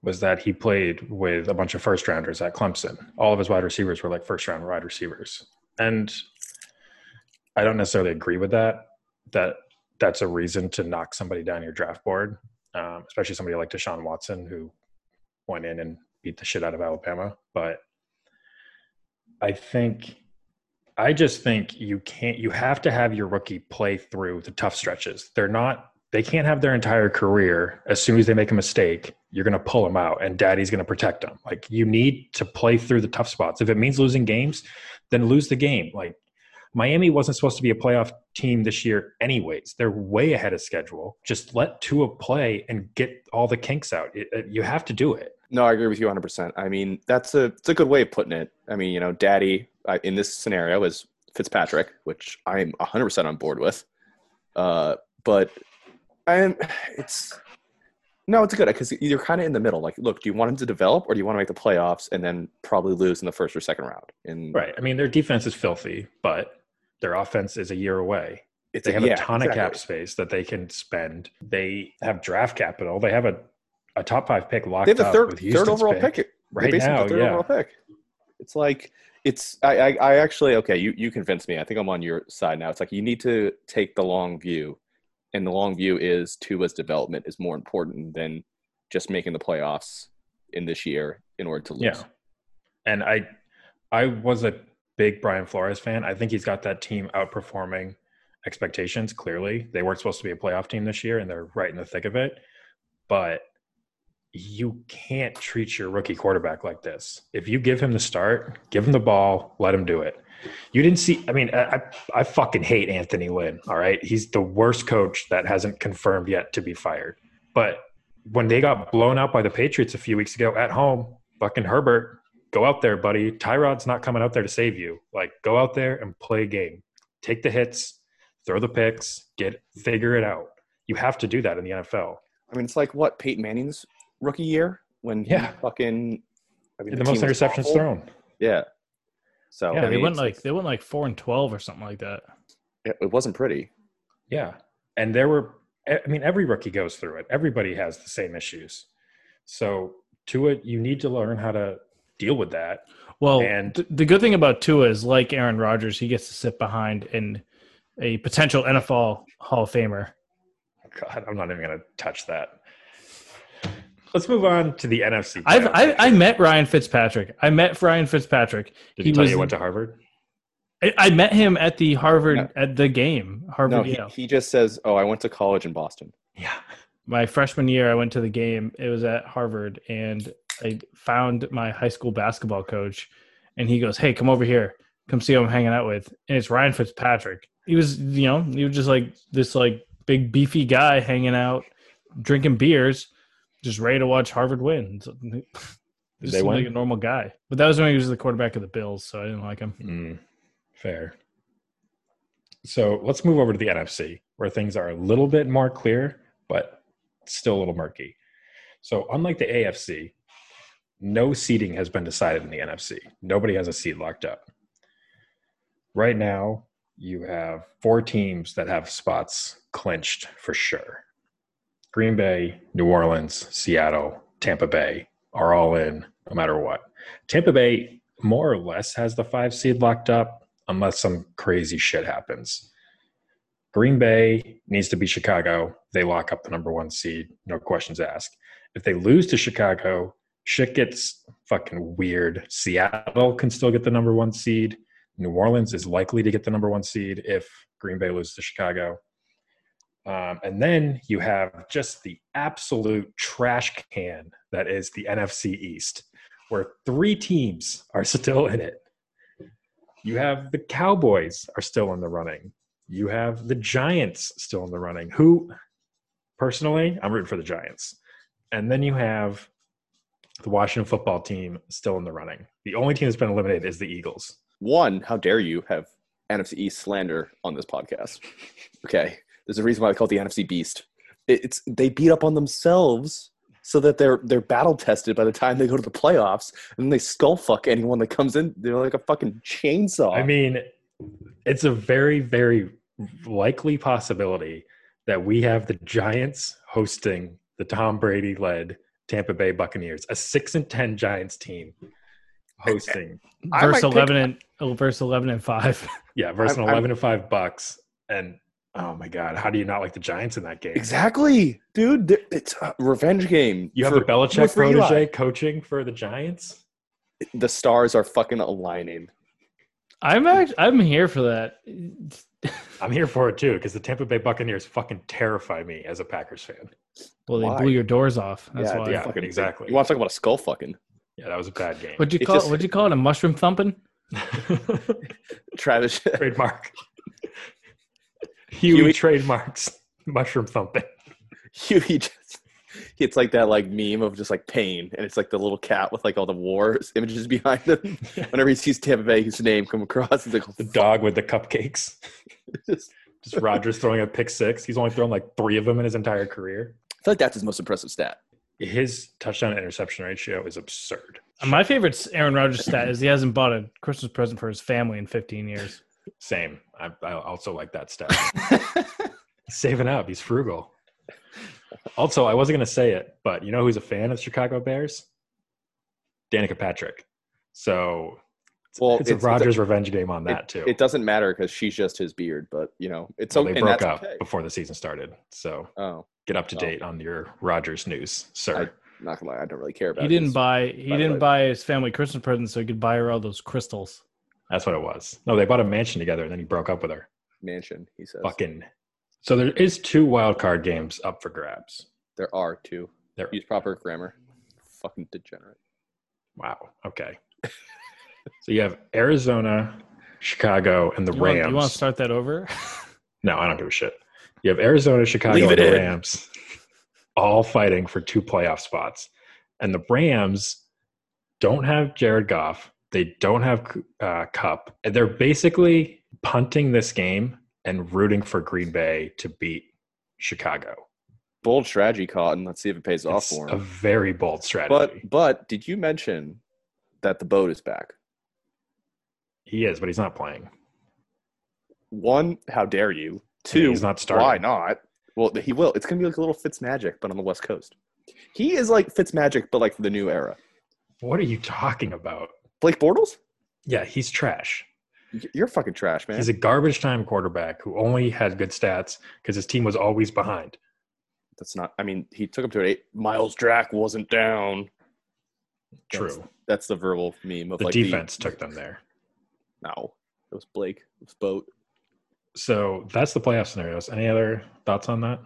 B: Was that he played with a bunch of first rounders at Clemson? All of his wide receivers were like first round wide receivers, and I don't necessarily agree with that. That that's a reason to knock somebody down your draft board, um, especially somebody like Deshaun Watson who went in and beat the shit out of Alabama. But I think I just think you can't you have to have your rookie play through the tough stretches. They're not they can't have their entire career as soon as they make a mistake, you're going to pull them out and daddy's going to protect them. Like you need to play through the tough spots. If it means losing games, then lose the game. Like Miami wasn't supposed to be a playoff team this year anyways. They're way ahead of schedule. Just let Tua play and get all the kinks out. It- it- you have to do it.
A: No, I agree with you 100%. I mean, that's a it's a good way of putting it. I mean, you know, daddy I, in this scenario is Fitzpatrick, which I'm 100% on board with. Uh, but I'm it's no, it's good because you're kind of in the middle. Like, look, do you want him to develop or do you want to make the playoffs and then probably lose in the first or second round? And
B: Right. I mean, their defense is filthy, but their offense is a year away.
A: it's
B: They have
A: yeah,
B: a ton of
A: exactly.
B: cap space that they can spend. They have draft capital. They have a, a top five pick locked
A: They have the
B: up
A: third
B: with
A: third
B: Houston's
A: overall
B: pick
A: pick. They
B: right
A: basically
B: now.
A: have the third
B: Yeah,
A: overall pick. It's like it's I, I I actually okay, you you convinced me. I think I'm on your side now. It's like you need to take the long view. And the long view is Tua's development is more important than just making the playoffs in this year in order to lose.
B: yeah. And I, I was a big Brian Flores fan. I think he's got that team outperforming expectations. Clearly, they weren't supposed to be a playoff team this year, and they're right in the thick of it. But you can't treat your rookie quarterback like this. If you give him the start, give him the ball, let him do it. You didn't see. I mean, I I- I fucking hate Anthony Lynn. All right, he's the worst coach that hasn't confirmed yet to be fired. But when they got blown out by the Patriots a few weeks ago at home, fucking Herbert, go out there, buddy. Tyrod's not coming out there to save you. Like, go out there and play a game. Take the hits, throw the picks, get figure it out. You have to do that in the NFL.
A: I mean it's like what, Peyton Manning's rookie year when he
B: Yeah.
A: fucking I mean
B: the,
A: team
B: most
A: was
B: interceptions
A: awful.
B: thrown.
A: Yeah. So
B: Yeah,
A: I
D: Yeah, they
A: mean,
D: went
A: Oh, it's-
D: like they went like four and twelve or something like that.
A: it it wasn't pretty.
B: Yeah. And there were, e, I mean, every rookie goes through it. Everybody has the same issues. So, to it, you need to learn how to deal with that.
D: Well,
B: And-
D: th- the good thing about Tua is, like Aaron Rodgers, he gets to sit behind in a potential NFL Hall of Famer.
B: God, I'm not even going to touch that. Let's move on to the NFC.
D: I've,
B: title
D: I, I
B: picture.
D: met Ryan Fitzpatrick. I met Ryan Fitzpatrick.
B: Did
D: he
B: he tell
D: was-
B: you went to Harvard?
D: I, I met him at the Harvard
A: No.
D: at the game. Harvard
A: No, he,
D: Yale.
A: he just says, "Oh, I went to college in Boston."
B: Yeah.
D: my freshman year i went to the game it was at harvard and i found my high school basketball coach and he goes hey come over here come see who i'm hanging out with and it's ryan fitzpatrick he was you know he was just like this like big beefy guy hanging out drinking beers just ready to watch harvard win So- just
B: they
D: seemed
B: win?
D: like a normal guy but that was when he was the quarterback of the bills so i didn't like him
B: Mm, fair. So let's move over to the NFC, where things are a little bit more clear, but still a little murky. So, unlike the AFC, no seeding has been decided in the NFC. Nobody has a seed locked up. Right now, you have four teams that have spots clinched for sure. Green Bay, New Orleans, Seattle, Tampa Bay are all in no matter what. Tampa Bay more or less has the five seed locked up unless some crazy shit happens. Green Bay needs to beat Chicago. They lock up the number one seed, no questions asked. If they lose to Chicago, shit gets fucking weird. Seattle can still get the number one seed. New Orleans is likely to get the number one seed if Green Bay loses to Chicago. Um, and then you have just the absolute trash can that is the NFC East where three teams are still in it. You have the Cowboys are still in the running. You have the Giants still in the running, who personally, I'm rooting for the Giants. And then you have the Washington football team still in the running. The only team that's been eliminated is the Eagles.
A: One, how dare you have NFC East slander on this podcast? Okay, there's a reason why they call it the NFC Beast. It- It's they beat up on themselves so that they're they're battle tested by the time they go to the playoffs, and then they skull fuck anyone that comes in. They're like a fucking chainsaw.
B: I mean, it's a very, very likely possibility that we have the Giants hosting the Tom Brady led Tampa Bay Buccaneers, a six and ten Giants team hosting.
A: I
D: verse
A: might pick-
D: 11 and oh, verse 11 and 5
B: Yeah, versus an
A: I'm- I'm-
B: eleven and five Bucks. And oh my God, how do you not like the Giants in that game?
A: exactly, dude. Th- It's a revenge game.
B: You have
A: for-
B: a Belichick
A: for Eli.
B: protege coaching for the Giants.
A: The stars are fucking aligning.
D: i'm act- i'm here for that
B: I'm here for it too because the Tampa Bay Buccaneers fucking terrify me as a Packers fan.
D: well they
A: Why?
D: blew your doors off that's
A: Yeah,
D: why
A: dude,
B: yeah,
A: fucking-
B: exactly.
A: You want to talk about a skull fucking?
B: Yeah, that was a bad game.
D: What'd you
A: It
D: call it?
A: just-
D: What'd you call it? A mushroom thumping?
A: Travis,
B: trademark. Huey,
A: Huey-
B: trademarks mushroom thumping.
A: Huey just it's like that like meme of just like pain and it's like the little cat with like all the war images behind him. Whenever he sees Tampa Bay his name come across, he's like
B: The dog with the cupcakes.
A: just
B: Just Rogers throwing a pick six. He's only thrown like three of them in his entire career.
A: I feel like that's his most impressive stat.
B: His touchdown to interception ratio is absurd.
D: Uh, My favorite Aaron Rodgers stat is he hasn't bought a Christmas present for his family in 15 years.
B: Same. I, I also like that stuff. he's saving up. He's frugal. Also, I wasn't going to say it, but you know who's a fan of the Chicago Bears? Danica Patrick. So it's,
A: Well,
B: it's,
A: it's-
B: a
A: it's a-
B: Rodgers revenge game on that too.
A: It doesn't matter because she's just his beard, but you know it's
B: So
A: okay.
B: they
A: and
B: broke
A: that's
B: up
A: okay.
B: before the season started. So
A: Oh,
B: get up to
A: Oh.
B: date on your Rogers news, sir.
A: not gonna lie, I don't really care about.
D: He didn't
A: his-
D: buy he
A: by the
D: didn't
A: way.
D: buy his family Christmas present so he could buy her all those crystals.
B: That's what it was. No, they bought a mansion together and then he broke up with her.
A: mansion. He says
B: Fucking. So there is two wild card games up for grabs.
A: there are two.
B: There.
A: Use proper grammar. Fucking degenerate.
B: Wow. Okay. so you have Arizona, Chicago, and the
D: You want,
B: Rams.
D: you want to start that over?
B: no, I don't give a shit. You have Arizona, Chicago,
A: Leave
B: and
A: it
B: the
A: in.
B: Rams all fighting for two playoff spots. And the Rams don't have Jared Goff. They don't have uh, Cup. And They're basically punting this game and rooting for Green Bay to beat Chicago.
A: Bold strategy, Cotton. Let's see if it pays off
B: It's
A: for
B: a
A: him.
B: very bold
A: But
B: strategy.
A: but did you mention that the boat is back?
B: he is, but he's not playing.
A: one, how dare you? Two,
B: he's not starting.
A: why not? Well, th- he will. It's gonna be like a little Fitzmagic, but on the West Coast. He is like Fitzmagic, but like the new era.
B: What are you talking about?
A: Blake Bortles,
B: Yeah, he's trash.
A: Y- you're fucking trash, man.
B: He's a garbage time quarterback who only had good stats because his team was always behind.
A: That's not. I mean, he took him to an eight. Miles Drack wasn't down.
B: True.
A: That's the verbal meme of
B: the
A: like
B: defense took them there.
A: The, no, It was Blake. It was Boat.
B: So that's the playoff scenarios. Any other thoughts on that?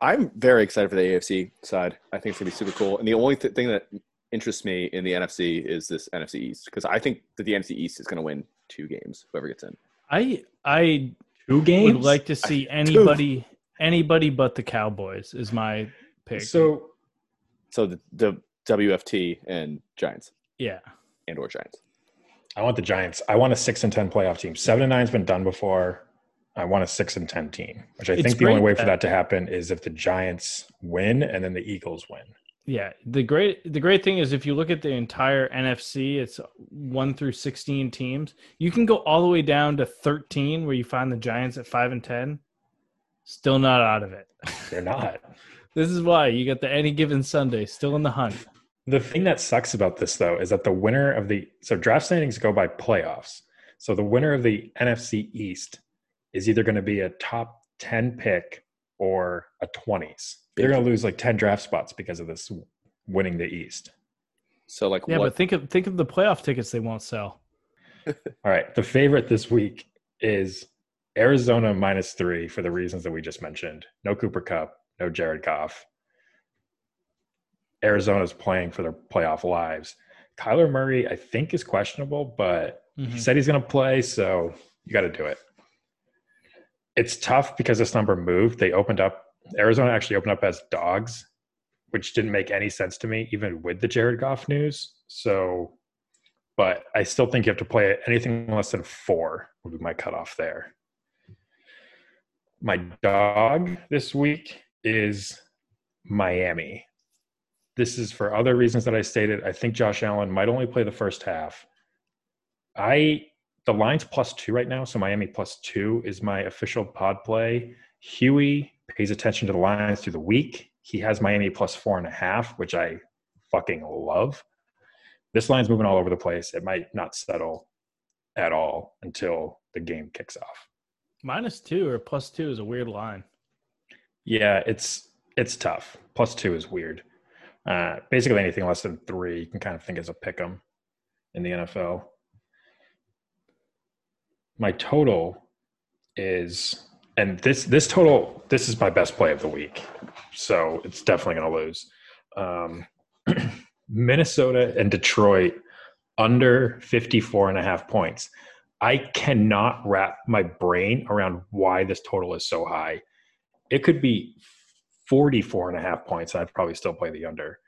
A: I'm very excited for the AFC side. I think it's gonna be super cool. And the only th- thing that interests me in the NFC is this NFC East because I think that the NFC East is gonna win two games. Whoever gets in.
D: I I
B: Two games.
D: would like to see anybody anybody but the Cowboys is my pick.
B: so
A: So the, the WFT and Giants
D: yeah,
A: and or Giants.
B: I want the Giants. I want a six and ten playoff team. Seven and nine's been done before. I want a six and ten team, which I
D: It's
B: think the only
D: great
B: way for that
D: that-
B: to happen is if the Giants win and then the Eagles win.
D: yeah. The great the great thing is if you look at the entire NFC, it's one through sixteen teams. You can go all the way down to thirteen, where you find the Giants at five and ten. Still not out of it.
B: They're not.
D: This is why you got the any given Sunday still in the hunt.
B: The thing that sucks about this though is that the winner of the so draft standings go by playoffs. So the winner of the NFC East is either going to be a top 10 pick or a 20s. They're going to lose like 10 draft spots because of this winning the East.
A: So like
D: Yeah,
A: what?
D: but think of think of the playoff tickets they won't sell.
B: All right, the favorite this week is Arizona minus 3 for the reasons that we just mentioned. No Cooper Cup, no Jared Goff. Arizona's playing for their playoff lives. Kyler Murray, I think, is questionable, but
D: Mm-hmm.
B: He said he's going to play, so you got to do it. It's tough because this number moved. They opened up, Arizona actually opened up as dogs, which didn't make any sense to me, even with the Jared Goff news. So, but I still think you have to play it. Anything less than four would be my cutoff there. My dog this week is Miami. This is for other reasons that I stated. I think Josh Allen might only play the first half. I the line's plus two right now, so Miami plus two is my official pod play. Huey pays attention to the lines through the week. He has Miami plus four and a half, which I fucking love. This line's moving all over the place. It might not settle at all until the game kicks off.
D: Minus two or plus two is a weird line.
B: Yeah, it's it's tough. Plus two is weird. Uh, basically, anything less than three you can kind of think is a pick 'em in the NFL. My total is, and this this total this is my best play of the week, so it's definitely going to lose. Um, Minnesota and Detroit under 54 and a half points. I cannot wrap my brain around why this total is so high it could be 44 and a half points. I'd probably still play the under.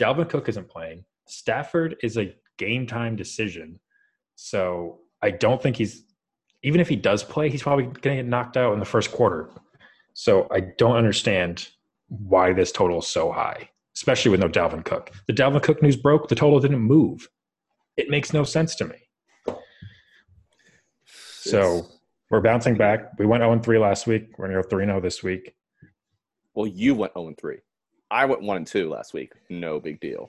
B: Dalvin Cook isn't playing. Stafford is a game time decision. So I don't think he's, even if he does play, he's probably going to get knocked out in the first quarter. So I don't understand why this total is so high, especially with no Dalvin Cook. The Dalvin Cook news broke, the total didn't move. It makes no sense to me. So we're bouncing back. We went 0 3 last week. We're going to go 3 0 this week.
A: well, you went zero and three. I went one and two last week. No big deal.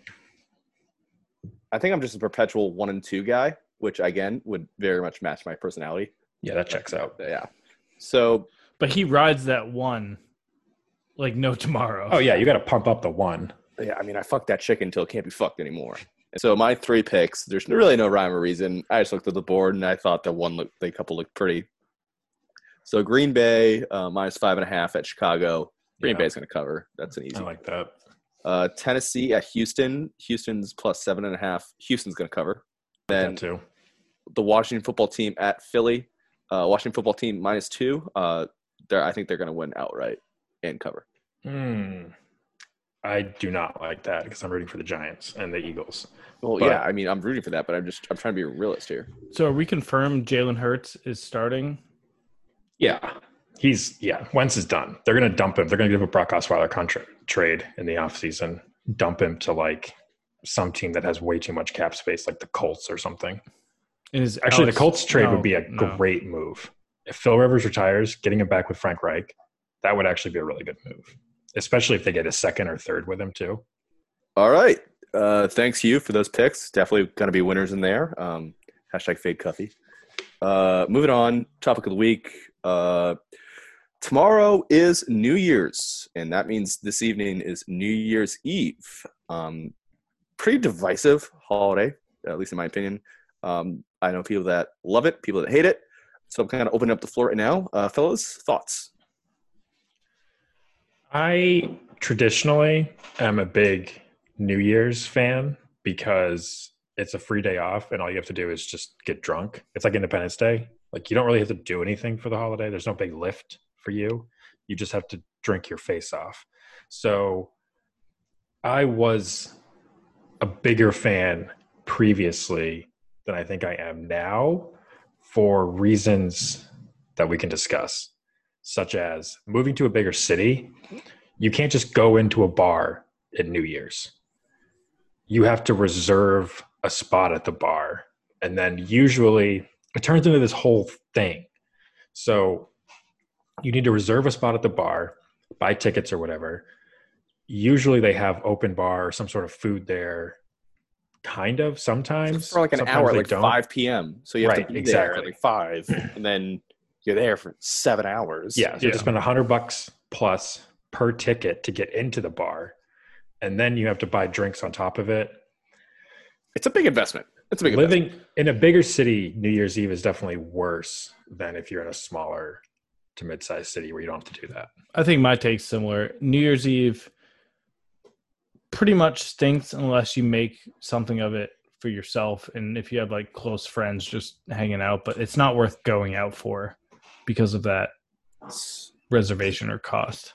A: I think I'm just a perpetual one and two guy, which again would very much match my personality.
B: Yeah, that checks out.
A: Yeah. So
D: But he rides that one like no tomorrow.
B: Oh yeah, you got to pump up the one.
A: yeah, I mean, I fucked that chicken until it can't be fucked anymore. And So my three picks, there's really no rhyme or reason. I just looked at the board and I thought that one looked, the couple looked pretty. So Green Bay uh, minus five and a half at Chicago. Green
B: Yeah. Oh.
A: Bay's going to cover. That's an easy.
B: I like that.
A: Uh, Tennessee at Houston. Houston's plus seven and a half. Houston's going to cover. Then
B: that too.
A: the Washington football team at Philly. Uh, Washington football team minus two. Uh, they're, I think they're going to win outright and cover.
B: Hmm. I do not like that because I'm rooting for the Giants and the Eagles.
A: Well,
B: But-
A: yeah, I mean, I'm rooting for that, but I'm just I'm trying to be a realist here.
D: So are we confirmed Jalen Hurts is starting?
B: Yeah, he's yeah. Wentz is done. They're gonna dump him. They're gonna give a Brock Osweiler contract trade in the offseason. Dump him to like some team that has way too much cap space, like the Colts or something.
D: And is
B: Actually,
D: Alex-
B: the Colts trade
D: no,
B: would be a
D: no.
B: great move. If Phil Rivers retires, getting him back with Frank Reich, that would actually be a really good move, especially if they get a second or third with him too.
A: All right. Uh, thanks, you for those picks. Definitely going to be winners in there. Um, hashtag fade cuffy. Uh, moving on, topic of the week. Uh, tomorrow is New Year's, and that means this evening is New Year's Eve. Um, pretty divisive holiday, at least in my opinion. Um, I know people that love it, people that hate it. So I'm kind of opening up the floor right now. Uh, fellas, thoughts?
B: I traditionally am a big New Year's fan because it's a free day off and all you have to do is just get drunk. It's like Independence Day. Like you don't really have to do anything for the holiday. There's no big lift for you. You just have to drink your face off. So I was a bigger fan previously than I think I am now for reasons that we can discuss, such as moving to a bigger city. You can't just go into a bar at New Year's. You have to reserve a spot at the bar. And then usually it turns into this whole thing. So you need to reserve a spot at the bar, buy tickets or whatever. Usually they have open bar or some sort of food there, kind of sometimes.
A: For like an
B: Sometimes
A: hour, at
B: they
A: like
B: don't.
A: 5 p.m. So you have
B: Right,
A: to be there
B: exactly.
A: at like 5, and then you're there for seven hours.
B: Yeah, so you have
D: Yeah.
B: to spend a hundred bucks plus per ticket to get into the bar, and then you have to buy drinks on top of it.
A: It's a big investment. It's a big investment.
B: Living in a bigger city, New Year's Eve is definitely worse than if you're in a smaller to mid-sized city where you don't have to do that.
D: I think my take's similar. New Year's Eve pretty much stinks unless you make something of it for yourself and if you have like close friends just hanging out, but it's not worth going out for because of that reservation or cost.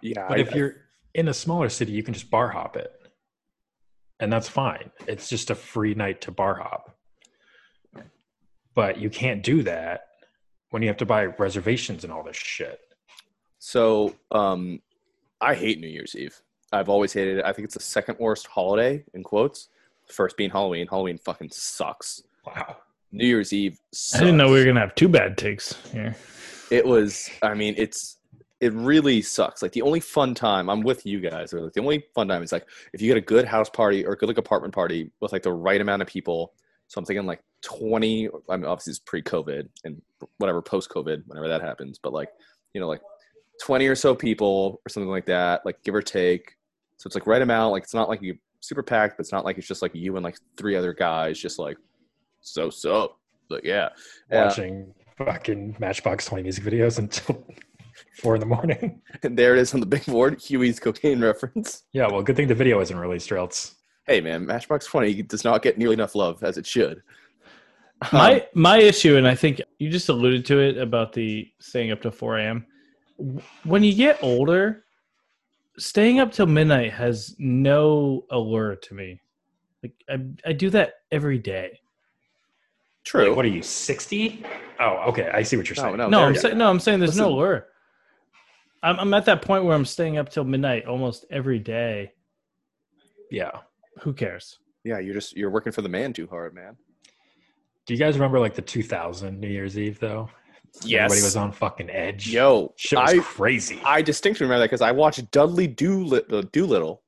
A: Yeah.
B: But
A: I-
B: if you're in a smaller city, you can just bar hop it, and that's fine. It's just a free night to bar hop. But you can't do that when you have to buy reservations and all this shit.
A: So um, I hate New Year's Eve. I've always hated it. I think it's the second worst holiday in quotes. First being Halloween. Halloween fucking sucks.
B: Wow.
A: New Year's Eve. Sucks.
D: I didn't know we were gonna have two bad takes here.
A: It was. I mean, it's. It really sucks. Like the only fun time I'm with you guys, or like the only fun time is like if you get a good house party or a good like apartment party with like the right amount of people. So I'm thinking like 20. I mean, obviously it's pre-COVID and whatever post-COVID, whenever that happens. But like, you know, like 20 or so people or something like that, like give or take. So it's like right amount. Like it's not like you super packed, but it's not like it's just like you and like three other guys, just like so so. But yeah, Yeah.
B: watching fucking Matchbox 20 music videos until four in the morning.
A: And there it is on the big board, Huey's cocaine reference.
B: Yeah, well, good thing the video isn't released, or else.
A: Hey man, Matchbox 20 does not get nearly enough love as it should. Um,
D: my my issue and i think you just alluded to it about the staying up till 4 a.m when you get older staying up till midnight has no allure to me like i, I do that every day
A: true.
B: What are you, 60? Oh, okay. I see what you're
A: no,
B: saying.
A: no,
D: no
A: Oh, there
D: i'm
A: you
D: saying
A: go.
D: no i'm saying there's no
A: Listen.
D: allure I'm, I'm at that point where i'm staying up till midnight almost every day
B: Yeah.
D: who cares
A: Yeah, you're just you're working for the man too hard, man.
B: Do you guys remember like the 2000 New Year's Eve, though? Everybody was on fucking edge.
A: Yo,
B: Shit was
A: I
B: crazy.
A: I distinctly remember that because I watched Dudley Doolittle, uh, Doolittle,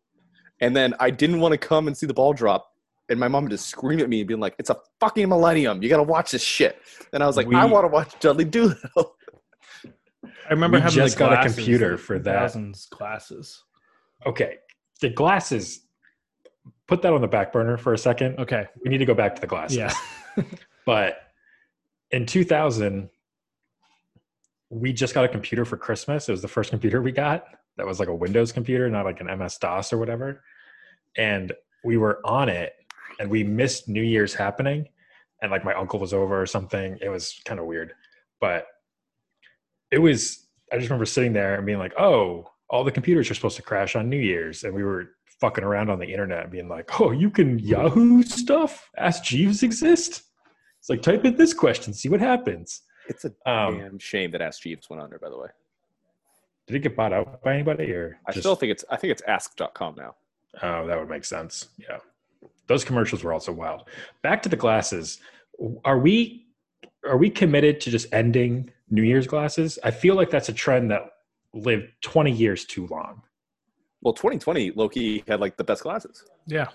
A: and then I didn't want to come and see the ball drop, and my mom just screamed at me, being like, "It's a fucking millennium! You gotta watch this shit." And I was like,
B: We-
A: "I want to watch Dudley Doolittle."
D: i remember
B: We
D: having
B: just
D: the
B: got a
D: glasses,
B: computer
D: the
B: for that.
D: thousands classes
B: okay. The glasses. Put that on the back burner for a second.
D: okay
B: We need to go back to the glasses.
D: yeah
B: But in 2000, we just got a computer for Christmas. It was the first computer we got that was like a Windows computer, not like an MS DOS or whatever. And we were on it and we missed New Year's happening. And like my uncle was over or something. It was kind of weird. But it was, I just remember sitting there and being like, oh, all the computers are supposed to crash on New Year's. And we were fucking around on the internet and being like, oh, you can Yahoo stuff? Ask Jeeves exist? It's like type in this question, see what happens.
A: It's a
B: Um,
A: damn shame that Ask Jeeves went under, by the way.
B: Did it get bought out by anybody, or
A: I
B: just-
A: still think it's I think it's Ask.com now.
B: Oh, that would make sense. Yeah, those commercials were also wild. Back to the glasses. Are we are we committed to just ending New Year's glasses? I feel like that's a trend that lived twenty years too long.
A: Well, 2020 Loki had like the best glasses.
D: yeah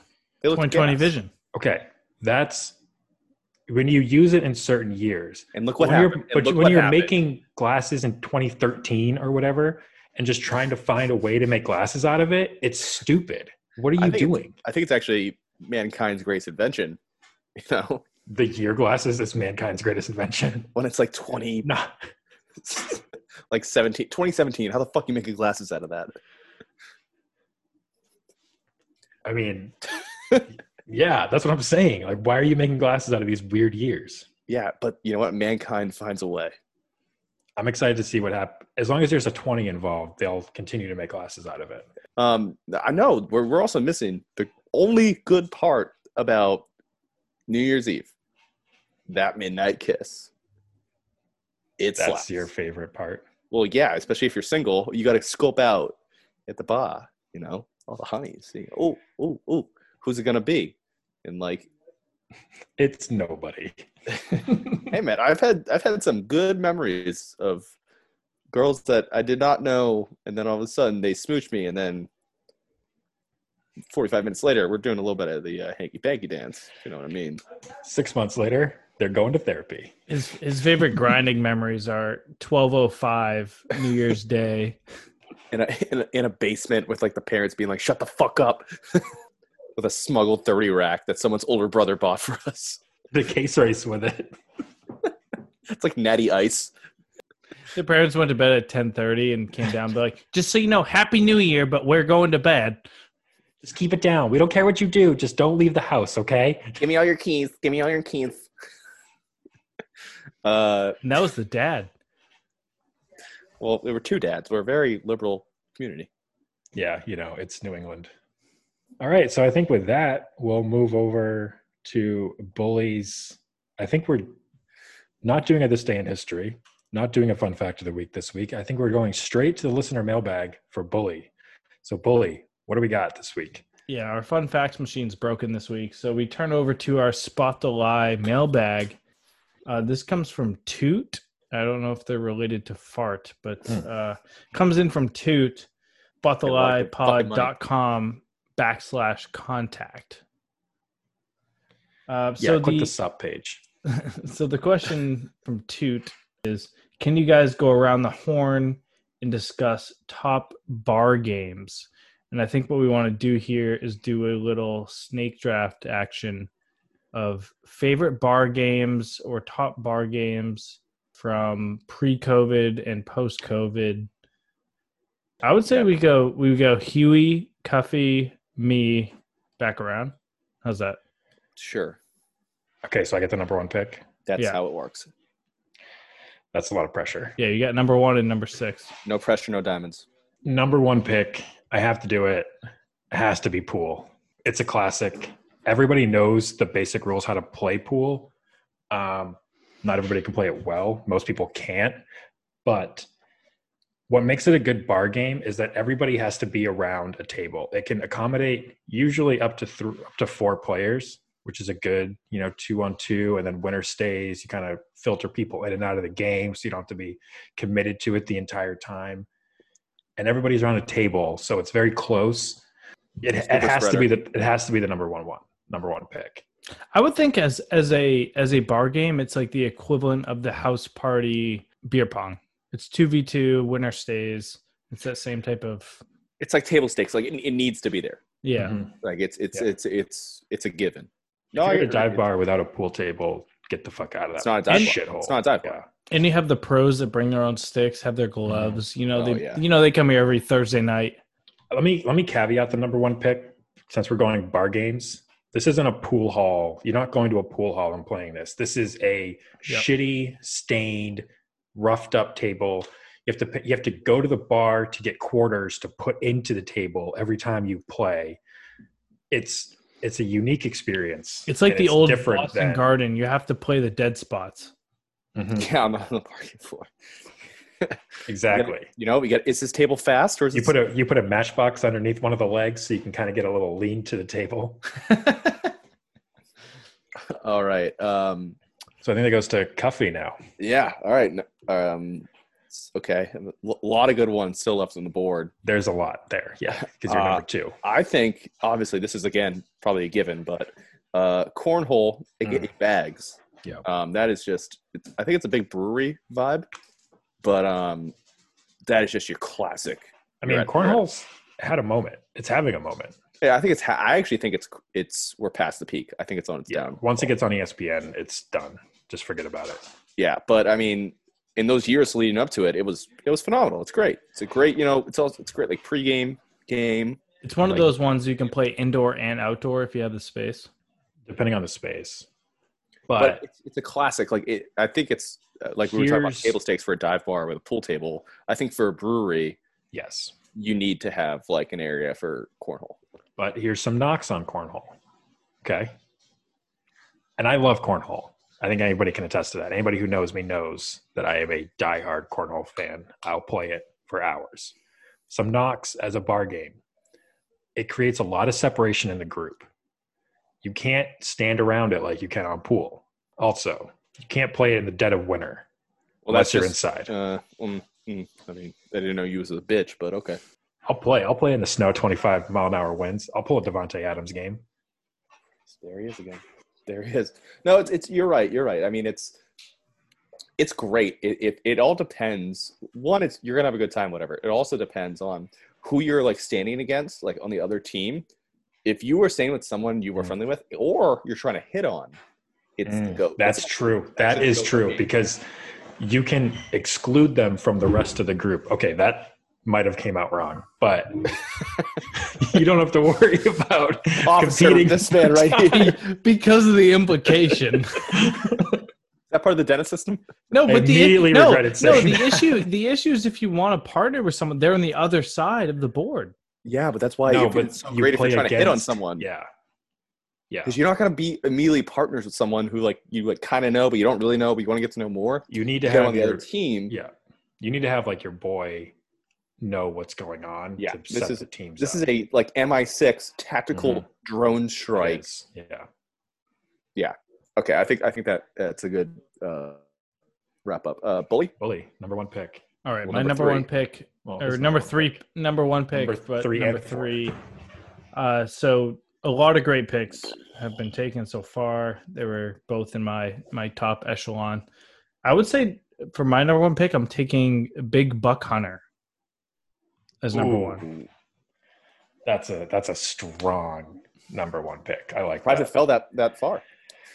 A: They looked
D: 2020
A: gas.
D: vision
B: Okay, that's when you use it in certain years.
A: And look what
B: when
A: happened.
B: You're,
A: And
B: but
A: look
B: when
A: what
B: you're
A: happened.
B: making glasses in 2013 or whatever, and just trying to find a way to make glasses out of it, it's stupid. What are
A: I
B: you
A: think it's-
B: doing?
A: I think it's actually mankind's greatest invention. You know,
B: the year glasses is mankind's greatest invention.
A: When it's like 20,
B: Nah,
A: like 17, 2017. How the fuck you making glasses out of that?
B: I mean, yeah, that's what I'm saying. Like, why are you making glasses out of these weird years?
A: Yeah, but you know what? Mankind finds a way.
B: I'm excited to see what happens. As long as there's a 20 involved, they'll continue to make glasses out of it.
A: Um, I know we're, we're also missing the only good part about New Year's Eve that midnight kiss. It's
B: That's your favorite part.
A: well, yeah, especially if you're single, you got to scope out at the bar, you know, all the honeys. See, oh, oh, oh, who's it gonna be? And like,
B: It's nobody.
A: hey man, I've had I've had some good memories of girls that I did not know, and then all of a sudden they smooch me, and then forty five minutes later we're doing a little bit of the uh, hanky panky dance. You know what I mean?
B: Six months later, they're going to therapy.
D: His his favorite grinding memories are 1205 New Year's Day.
A: In a in a, in a basement with like the parents being like, "Shut the fuck up," with a smuggled thirty rack that someone's older brother bought for us.
B: The case race with it.
A: It's like natty ice.
D: The parents went to bed at 10:30 and came down and be like, "Just so you know, happy New Year, but we're going to bed."
B: Just keep it down. We don't care what you do. Just don't leave the house, okay?
A: Give me all your keys. Give me all your keys. uh,
D: And that was the dad.
A: well, there were two dads. We're a very liberal community.
B: Yeah, you know, it's New England. All right. So I think with that, we'll move over to bullies. I think we're not doing a This Day in History, not doing a fun fact of the week this week. I think we're going straight to the listener mailbag for bully. So, bully, what do we got this week?
D: Yeah, our fun facts machine's broken this week, so we turn over to our spot the lie mailbag. Uh, this comes from Toot. I don't know if they're related to fart, but
B: Hmm.
D: uh, comes in from Toot.
A: Good luck with fucking money.
D: Butttheliepod.com backslash contact. Uh, so
B: yeah, click
D: the,
B: the sub page.
D: so the question from Toot is: Can you guys go around the horn and discuss top bar games? And I think what we want to do here is do a little snake draft action of favorite bar games or top bar games from pre-COVID and post-COVID. I would say
A: Yeah.
D: we go we go Huey, Cuffy, me, back around. How's that?
A: Sure.
B: Okay, so I get the number one pick.
A: That's
D: Yeah.
A: how it works.
B: That's a lot of pressure.
D: Yeah, you got number one and number six.
A: No pressure, no diamonds.
B: Number one pick, I have to do it. It has to be pool. It's a classic. Everybody knows the basic rules how to play pool. Um, not everybody can play it well. Most people can't. But what makes it a good bar game is that everybody has to be around a table. It can accommodate usually up to th- up to four players, which is a good you know two on two, and then winner stays. You kind of filter people in and out of the game, so you don't have to be committed to it the entire time. And everybody's around a table, so it's very close. It, it
A: Super
B: has to be the it has to be the number one one number one pick.
D: I would think as as a as a bar game, it's like the equivalent of the house party beer pong. It's two v two, winner stays. It's that same type of
A: It's like table stakes. Like it, it needs to be there.
D: yeah.
B: Mhm.
A: Like it's it's
B: Yeah.
A: it's it's it's a given.
B: if
A: I
B: you're at a
A: agree.
B: dive bar without a pool table, get the fuck out of that.
A: It's not a dive bar.
B: shithole.
A: It's not a dive bar.
B: Yeah.
D: And you have the pros that bring their own sticks, have their gloves. You know
A: Oh,
D: they
A: yeah.
D: you know they come here every Thursday night.
B: let me let me caveat the number one pick since we're going bar games. This isn't a pool hall. You're not going to a pool hall and playing this. This is a
D: Yep.
B: shitty, stained, roughed up table. You have to pay- you have to go to the bar to get quarters to put into the table every time you play. It's it's a unique experience.
D: It's like
B: and
D: the old
B: different
D: Boston
B: than-
D: Garden. You have to play the dead spots.
B: Mhm,
A: Yeah, I'm on the parking floor.
B: exactly.
A: You know, we got is this table fast or is
B: You
A: this-
B: put a you put a matchbox underneath one of the legs so you can kind of get a little lean to the table.
A: all right? Um,
B: So I think that goes to Cuffy now.
A: yeah, all right. no- Um, it's- okay, a lo- lot of good ones still left on the board.
B: there's a lot there. Yeah, because you're
A: Uh,
B: number two.
A: I think obviously this is again probably a given, but uh, cornhole aka bags.
B: Mm. Yeah.
A: um, that is just. It's, I think it's a big brewery vibe, but um, that is just your classic
B: I mean,
A: right,
B: cornhole's had a moment. It's having a moment.
A: Yeah, I think it's. ha- I actually think it's. It's. We're past the peak. I think it's on its
B: Yeah.
A: down.
B: Once it gets on E ESPN, it's done. Just forget about it.
A: Yeah, but I mean, in those years leading up to it, it was. It was phenomenal. It's great. It's a great. You know, it's also. It's great. Like pregame, game.
D: It's one of
A: Like-
D: those ones you can play indoor and outdoor if you have the space.
B: Depending on the space.
A: But
D: But
A: it's, it's a classic. Like it. I think it's. uh, Like we were talking about
D: Here's-
A: table stakes for a dive bar with a pool table. I think for a brewery,
B: Yes.
A: you need to have like an area for cornhole.
B: But here's some knocks on cornhole. Okay. And I love cornhole. I think anybody can attest to that. Anybody who knows me knows that I am a diehard cornhole fan. I'll play it for hours. Some knocks as a bar game. It creates a lot of separation in the group. You can't stand around it like you can on pool. Also, you can't play it in the dead of winter
A: Well,
B: unless
A: that's
B: you're
A: just.
B: inside.
A: Uh, mm, mm, I mean, I didn't know you was a bitch, but okay.
B: I'll play. I'll play in the snow, 25 mile an hour winds. I'll pull a Devonte Adams game.
A: There he is again. There he is. No, it's it's. You're right. You're right. I mean, it's it's great. It it, it all depends. One, it's you're gonna have a good time, whatever. It also depends on who you're like standing against, like on the other team. If you were staying with someone you were
B: Mm.
A: friendly with, or you're trying to hit on, it's the
B: Mm,
A: goat.
B: That's
A: It's-
B: true.
A: that's a
B: That is
A: goat
B: true
A: game.
B: because you can exclude them from the rest of the group. Okay, that might have came out wrong, but you don't have to worry about
A: officer.
B: competing.
A: This man right here.
D: because of the implication.
A: that part of the dentist system.
D: No,
B: I
D: but the
B: immediately
D: no,
B: regretted
D: no,
B: saying
D: the
B: that.
D: issue the issue is if you want to partner with someone, they're on the other side of the board.
A: Yeah, but that's why
B: no,
A: if
B: but
A: it's so
B: you
A: great if
B: play
A: you're trying
B: against,
A: to hit on someone.
B: Yeah, yeah.
A: Because you're not gonna be immediately partners with someone who like you like kind of know, but you don't really know, but you want to get to know more.
B: You need to
A: You get on
B: have
A: the other
B: your,
A: team.
B: yeah. You need to have like your boy know what's going on.
A: Yeah,
B: to
A: this
B: set
A: is-
B: the teams.
A: This is
B: up.
A: a like MI6 tactical
D: Mm-hmm.
A: drone
B: It
A: strike.
B: is, Yeah.
A: Okay, I think I think that that's a good uh, wrap up. Uh, bully,
B: Bully, number one pick.
D: All right,
A: Well,
D: my
A: number
D: number
A: three.
D: one pick
B: Well, it's
D: or
B: not
D: number
B: one
D: three,
B: pick.
D: number one pick,
B: Number
D: but
B: three
D: number
B: and four.
D: three. Uh, so a lot of great picks have been taken so far. They were both in my my top echelon. I would say for my number one pick, I'm taking Big Buck Hunter as number
B: Ooh.
D: one.
B: That's a that's a strong number one pick. I like
A: surprised
B: that.
A: it fell that that far.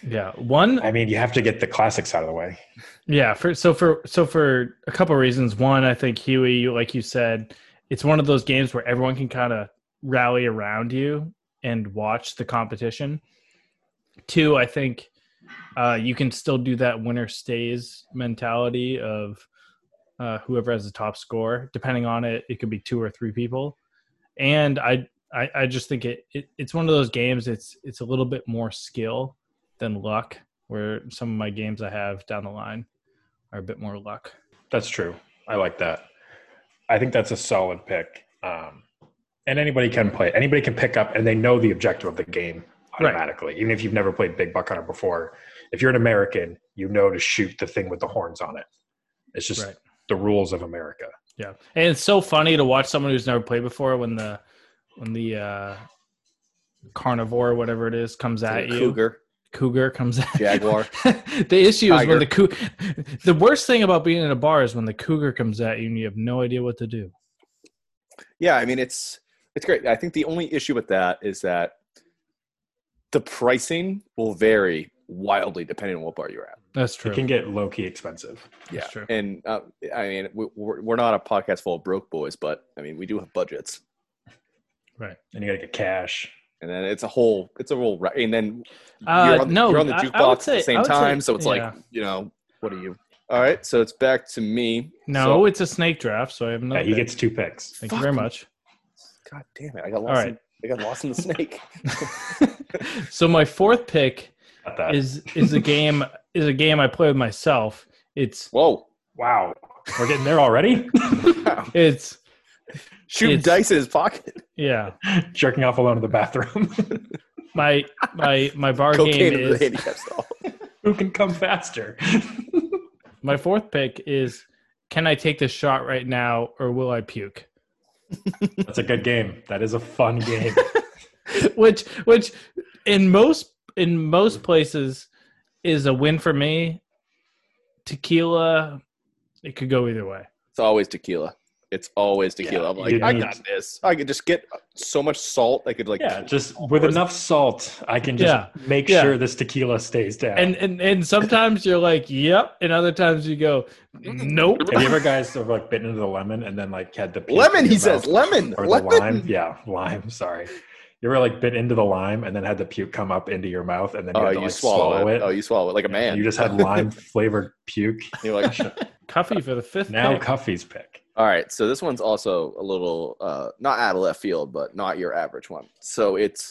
D: Yeah, one
B: I mean, you have to get the classics out of the way.
D: Yeah, for so for so for a couple reasons. One, I think Huey, you- like you said, it's one of those games where everyone can kind of rally around you and watch the competition. Two, I think uh, you can still do that winner stays mentality of uh, whoever has the top score. Depending on it, it could be two or three people. And I, I, I just think it, it it's one of those games. It's it's a little bit more skill than luck. Where some of my games I have down the line are a bit more luck.
B: That's true. I like that. I think that's a solid pick. Um, and anybody can play. Anybody can pick up, and they know the objective of the game
D: Right.
B: automatically. Even if you've never played Big Buck Hunter before, if you're an American, you know to shoot the thing with the horns on it. It's just
D: Right.
B: the rules of America.
D: Yeah, and it's so funny to watch someone who's never played before when the when the uh, carnivore, whatever it is, comes at you.
A: Cougar,
D: cougar comes at
A: Jaguar.
D: the issue is
A: Tiger.
D: when the cou- the worst thing about being in a bar is when the cougar comes at you and you have no idea what to do.
A: yeah, I mean it's it's great. I think the only issue with that is that the pricing will vary wildly depending on what bar you're at.
D: That's true.
B: It can get low key expensive.
D: That's true.
A: and uh, I mean we, we're we're not a podcast full of broke boys, but I mean we do have budgets.
D: Right.
B: And you got to get cash.
A: and then it's a whole it's a whole ra- and then
D: Uh,
A: you're, on the,
D: no,
A: you're on the
D: I- I would
A: jukebox at
D: say-
A: the
D: I
A: same
D: would say-
A: time so it's
D: yeah.
A: like you know what are you all right so it's back to me
D: No,
A: So-
D: it's a snake draft, so I have no.
B: Yeah, he gets two picks.
D: Thank you very much.
A: god damn it i got
D: All
A: lost
D: right.
A: in, i got lost in the snake
D: so my fourth pick
B: Got that.
D: is is a game is a game I play with myself. It's
A: whoa
B: wow, we're getting there already.
D: it's
A: shooting
D: It's-
A: dice in his pocket
D: yeah.
B: Jerking off alone in the bathroom.
D: My my my bar
A: cocaine
D: game
A: into the
D: is
A: handicap stall
B: Who can come faster?
D: my fourth pick is can I take this shot right now or will I puke?
B: That's a good game. That is a fun game.
D: which which in most in most places is a win for me. Tequila, it could go either way.
A: it's always tequila It's always tequila.
D: Yeah,
A: I'm like,
B: you
A: I
B: need-
A: got this. I could just get so much salt. I could like,
B: Yeah, just with enough salt, I can just
D: Yeah.
B: make
D: Yeah.
B: sure this tequila stays down.
D: And, and and sometimes you're like, yep, and other times you go, nope.
B: have you ever guys have like bitten into the lemon and then like had the piece in
A: lemon.
B: your
A: He
B: mouth?
A: says lemon.
B: or
A: lemon.
B: the lime? Yeah, lime. Sorry. You ever like bit into the lime and then had the puke come up into your mouth and then you
A: Oh,
B: had
A: you
B: to like
A: swallow,
B: swallow
A: it.
B: it?
A: Oh, you swallow it like a man.
B: You just had lime flavored puke.
A: You're like,
D: Cuffy for the fifth.
B: Now
D: pick.
B: Cuffy's pick.
A: all right. So this one's also a little uh, not out of left field, but not your average one. So it's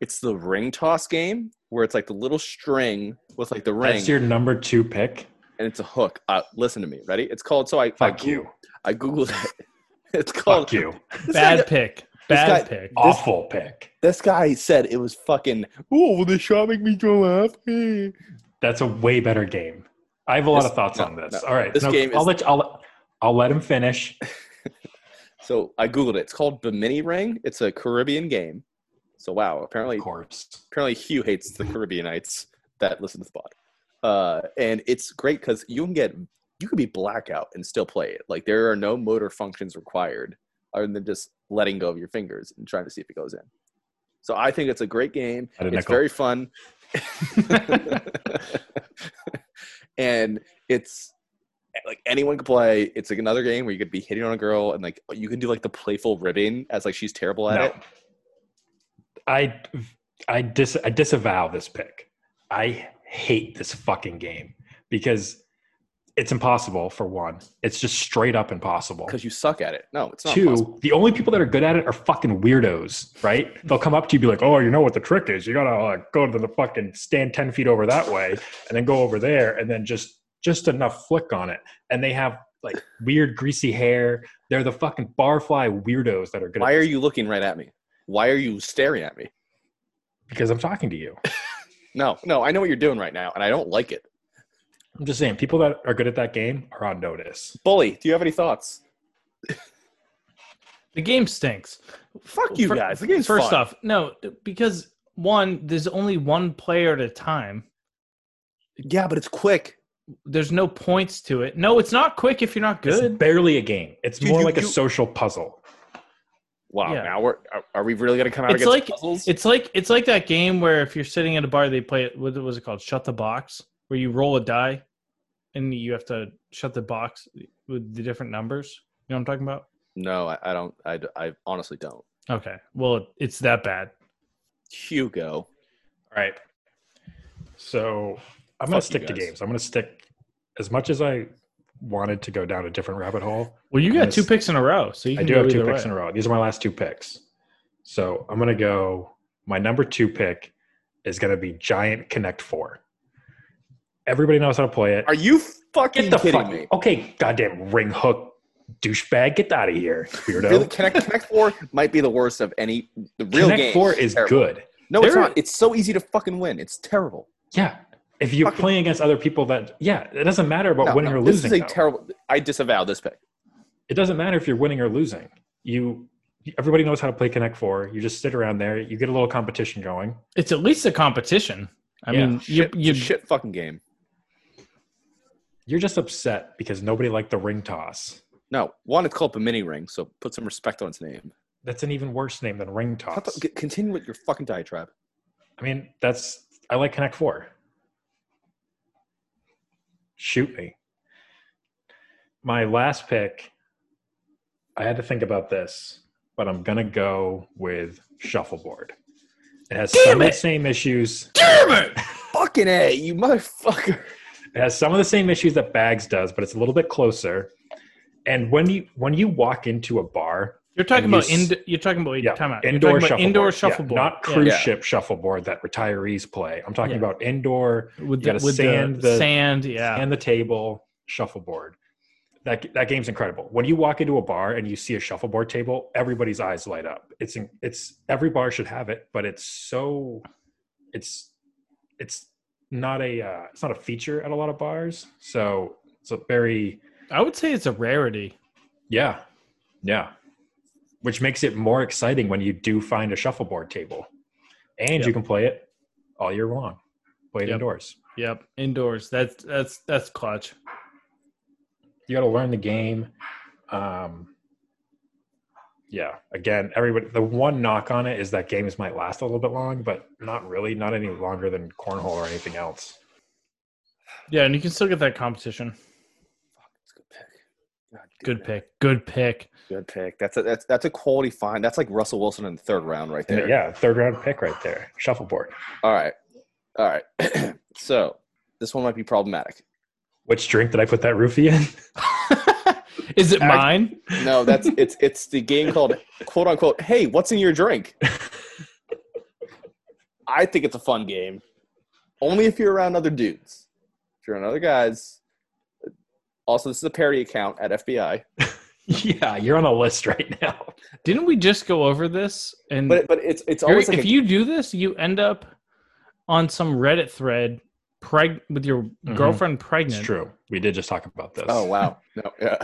A: it's the ring toss game where it's like the little string with like the ring
B: That's your number two pick.
A: and it's a hook. Uh, listen to me, ready? It's called. So I I,
B: Fuck
A: Goo-
B: you.
A: I googled it. It's called.
B: Fuck you.
A: This guy-
D: bad pick, bad
A: guy-
D: pick.
B: Awful pick.
A: This guy said it was fucking. Oh, will this shot make me throw up? Eh."
B: That's a way better game. I have a lot
A: This-
B: of thoughts
A: no,
B: on this.
A: no.
B: All right.
A: This
B: no,
A: game
B: I'll
A: is-
B: let you, I'll, I'll let him finish.
A: So I googled it. It's called Bimini Ring. It's a Caribbean game. So wow, apparently
B: Of course.
A: apparently Hugh hates the Caribbeanites that listen to the pod. Uh, and it's great because you can get you can be blackout and still play it. Like there are no motor functions required other than just letting go of your fingers and trying to see if it goes in. So I think it's a great game.
B: Had a
A: It's
B: nickel.
A: very fun. and it's like anyone can play. It's like another game where you could be hitting on a girl and like you can do like the playful ribbing as like she's terrible at
B: No.
A: it.
B: I I dis I disavow this pick. I hate this fucking game because it's impossible for one. It's just straight up impossible.
A: Because you suck at it. No, it's not
B: Two,
A: possible.
B: the only people that are good at it are fucking weirdos, right? They'll come up to you and be like, "Oh, you know what the trick is? You gotta like go to the fucking stand ten feet over that way, and then go over there, and then just just enough flick on it." And they have like weird greasy hair. They're the fucking barfly weirdos that are good.
A: Why
B: at
A: are
B: this
A: you looking right at me? Why are you staring at me?
B: Because I'm talking to you.
A: No, no, I know what you're doing right now, and I don't like it.
B: I'm just saying, people that are good at that game are on notice.
A: Bully, do you have any thoughts?
D: The game stinks.
A: Fuck you
D: Fir-
A: guys. The game's
D: first
A: fun.
D: off no because one there's only one player at a time
A: Yeah, but it's quick.
D: there's no points to it no it's not quick if you're not
B: It's
D: good
B: barely a game. It's
A: Dude,
B: more
A: you-
B: like a
A: you-
B: social puzzle.
A: Wow.
D: Yeah.
A: Now we're are, are we really gonna come out
D: It's
A: against
D: like-
A: puzzles?
D: it's like it's like that game where if you're sitting at a bar they play it what was it called shut the box where you roll a die and you have to shut the box with the different numbers you know what i'm talking about
A: no, I, I don't. I, d- I honestly don't.
D: okay well it's that bad
A: Hugo.
B: All right. So
A: Fuck
B: I'm going to
A: you
B: stick to
A: guys.
B: games. I'm going to stick as much as I wanted to go down a different rabbit hole.
D: well you got
B: Yes.
D: two picks in a row so you
B: I
D: can
B: do
D: go
B: have two
D: either
B: picks
D: way.
B: in a row. These are my last two picks. So I'm going to go. My number two pick is going to be Giant Connect 4. Everybody knows how to play it.
A: Are you fucking
B: Get the
A: kidding
B: fuck.
A: me?
B: Okay, goddamn ring hook douchebag. Get out of here, weirdo.
A: Really, Connect Connect Four might be the worst of any. The real
B: Connect
A: game.
B: Four is
A: terrible.
B: good.
A: No, it's
B: There-
A: not. It's so easy to fucking win. It's terrible.
B: Yeah. If you're
A: Fucking-
B: playing against other people that, yeah, it doesn't matter about
A: No,
B: winning
A: no,
B: or
A: this
B: losing.
A: is a
B: though.
A: terrible. I disavow this pick.
B: it doesn't matter if you're winning or losing. You, everybody knows how to play Connect Four. You just sit around there. You get a little competition going.
D: it's at least a competition i
B: Yeah.
D: mean
A: Shit,
D: you,
A: it's a
D: you
A: shit fucking game.
B: You're just upset because nobody liked the ring toss.
A: No, one, it's called Bimini Ring, so put some respect on its name.
B: That's an even worse name than ring
A: Shut the-
B: toss.
A: c- continue with your fucking diatribe.
B: I mean, that's I like Connect Four. Shoot me. My last pick. I had to think about this, but I'm gonna go with Shuffleboard. It has
D: Damn
B: some of
D: it!
B: the same issues.
D: damn it
A: Fucking A, you motherfucker.
B: It has some of the same issues that Bags does, but it's a little bit closer. And when you when you walk into a bar,
D: You're talking
B: And you
D: about
B: s-
D: ind You're talking about wait,
B: yeah,
D: time out. You're
B: indoor
D: talking
B: shuffleboard, Yeah,
D: about Indoor shuffleboard,
B: not
D: Yeah.
B: cruise
A: Yeah.
B: ship shuffleboard that retirees play. I'm talking
D: Yeah.
B: about indoor
D: With,
B: You gotta
D: the, with
B: sand
D: the,
B: the-
D: sand. Yeah,
B: and the table shuffleboard. That that game's incredible. When you walk into a bar and you see a shuffleboard table, everybody's eyes light up. It's in- it's every bar should have it, but it's so it's it's not a uh, it's not a feature at a lot of bars. So it's a very
D: I would say it's a rarity.
B: yeah yeah, which makes it more exciting when you do find a shuffleboard table, and
D: Yep.
B: you can play it all year long. Play it
D: Yep.
B: indoors.
D: Yep, indoors. That's that's that's clutch.
B: you got to learn the game. Um, yeah, again, everybody. The one knock on it is that games might last a little bit long, but not really, not any longer than cornhole or anything else.
D: Yeah, and you can still get that competition.
A: Fuck, it's a good pick. God damn
D: Good
A: it.
D: pick. Good pick.
A: Good pick. That's a that's that's a quality find. That's like Russell Wilson in the third round right there.
B: Yeah, third round pick right there, shuffleboard.
A: All right. All right. so this one might be problematic.
B: Which drink did I put that roofie in?
D: Is it
A: Act-
D: mine?
A: No, that's it's it's the game called quote unquote, hey, what's in your drink? I think it's a fun game. Only if you're around other dudes. If you're around other guys. Also, this is a parody account at FBI.
B: Hmm. yeah, you're on a list right now.
D: Didn't we just go over this? And
A: But but it's it's
D: You're-
A: always like
D: if
A: a-
D: you do this, you end up on some Reddit thread preg- with your girlfriend
B: It's
D: pregnant.
B: true. We did just talk about this.
A: Oh wow! No, yeah.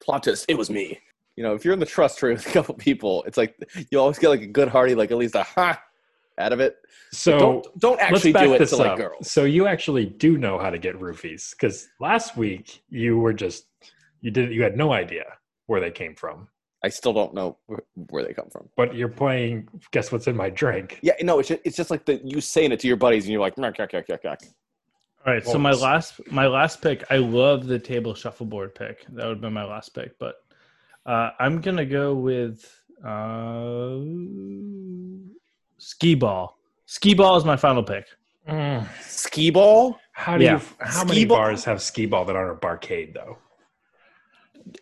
A: plot twist. It was me. You know, if you're in the trust tree with a couple people, it's like you always get like a good hearty, like at least a ha out of it.
B: So
A: don't don't actually
B: let's back
A: do it
B: this
A: to like
B: up.
A: girls.
B: So you actually do know how to get roofies because last week you were just you didn't you had no idea where they came from,
A: I still don't know wh- where they come from.
B: but you're playing. Guess what's in my drink?
A: Yeah, no, it's just, it's just like the you saying it to your buddies, and you're like, yuck, yuck, yuck, yuck, yuck.
D: All right. So
B: Well,
D: my
B: it's-
D: last my last pick. I love the table shuffleboard pick. That would have been my last pick, but uh, I'm gonna go with uh, skee ball. Skee ball is my final pick.
B: Mm.
A: skee ball.
B: How do
D: Yeah.
B: you? How
A: Skee
B: many
A: ball?
B: bars have skee ball that aren't a barcade though?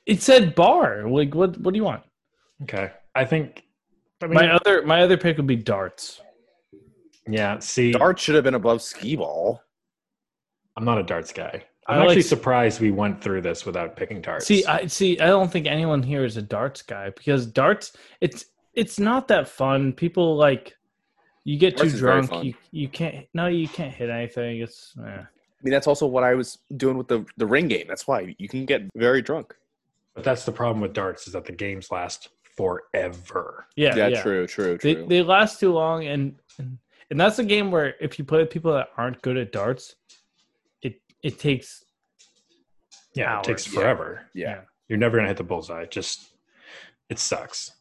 D: It said bar. Like what? What do you want?
B: Okay, I think. I mean,
D: My other my other pick would be darts.
B: yeah. See,
A: Dart should have been above skee ball.
B: I'm not a darts guy.
D: I
B: I'm
D: like
B: actually
D: s-
B: surprised we went through this without picking darts.
D: See, I see. I don't think anyone here is a darts guy because darts. It's it's not that fun. People like you get
A: Darts
D: too
A: is very
D: drunk.
A: fun.
D: You you can't. No, you can't hit anything. It's eh.
A: I mean, that's also what I was doing with the the ring game. That's why you can get very drunk.
B: but that's the problem with darts is that the games last forever.
D: yeah, yeah.
A: true, true,
D: They
A: true.
D: they last too long, and, and and that's a game where if you play with people that aren't good at darts, it it takes.
B: Yeah, it takes
D: Hours, yeah.
B: forever.
A: yeah.
B: You're never gonna hit the bullseye. Just it sucks.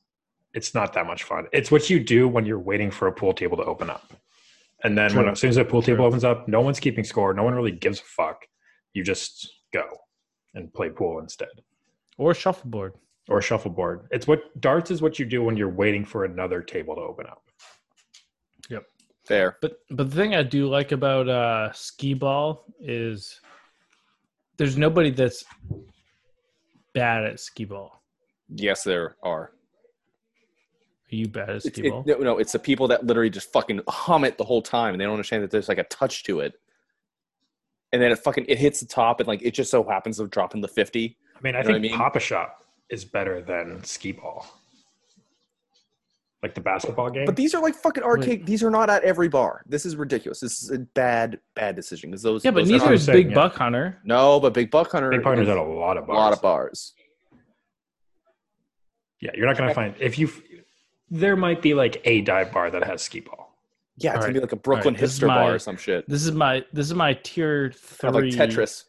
B: It's not that much fun. It's what you do when you're waiting for a pool table to open up. And then when
D: True.
B: as soon as a pool table
D: True.
B: opens up, no one's keeping score, no one really gives a fuck. You just go and play pool instead.
D: Or shuffleboard.
B: Or shuffleboard. It's what darts is what you do when you're waiting for another table to open up.
A: Fair.
D: But but the thing I do like about uh skee ball is there's nobody that's bad at skee ball.
A: Yes, there are.
D: Are you bad at
A: It's,
D: skee
A: it-
D: ball?
A: no, no, it's the people that literally just fucking hum it the whole time, and they don't understand that there's like a touch to it. And then it fucking it hits the top, and like it just so happens of dropping the fifty.
B: I mean, I
A: You know what
B: think
A: I mean?
B: Papa Shop is better than skee ball. Like the basketball game.
A: But these are like fucking arcade. These are not at every bar. This is ridiculous. This is a bad, bad decision because those.
D: yeah, but
A: those
D: neither
A: are
B: I'm
D: is
B: saying,
D: Big
B: yeah.
D: Buck Hunter.
A: no, but Big Buck Hunter.
B: Big Partner's
A: is
B: at a lot of
A: a
B: bars.
A: lot of bars.
B: Yeah, you're not gonna find if you. There might be like a dive bar that has skee ball.
A: Yeah, it's
D: All
A: gonna
D: right.
A: be like a Brooklyn
D: this is
A: hipster
D: my
A: bar or some shit.
D: This is my this is my tier
A: Kind
D: three.
A: of like Tetris.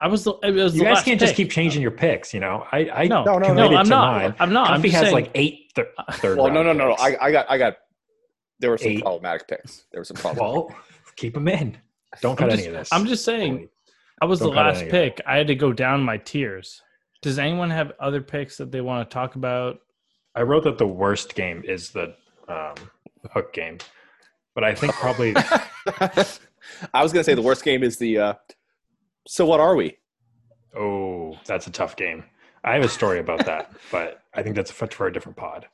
D: I was the I was
B: You
D: the
B: guys
D: last
B: can't just
D: pick.
B: keep changing your picks. You know, I I
D: No,
A: no, no,
D: No,
B: committed
D: I'm
B: to
D: not.
B: Mine.
D: I'm not. I'm
B: Comfy
D: just
B: has
D: saying,
B: like eight thir- third.
A: Well, no, no,
B: round
A: no, no.
B: picks.
A: I, I got, I got. There were some
B: Eight.
A: problematic picks. There were some problems.
B: well keep them in. Don't cut
D: I'm
B: any
D: just-
B: of this.
D: I'm just saying I was the
B: Don't cut
D: last
B: any of
D: pick. I had to go down my tiers. Does anyone have other picks that they want to talk about?
B: I wrote that the worst game is the um, hook game, but I think probably
A: I was gonna say the worst game is the. Uh, so what are we?
B: oh that's a tough game. I have a story about that, but I think that's for a different pod.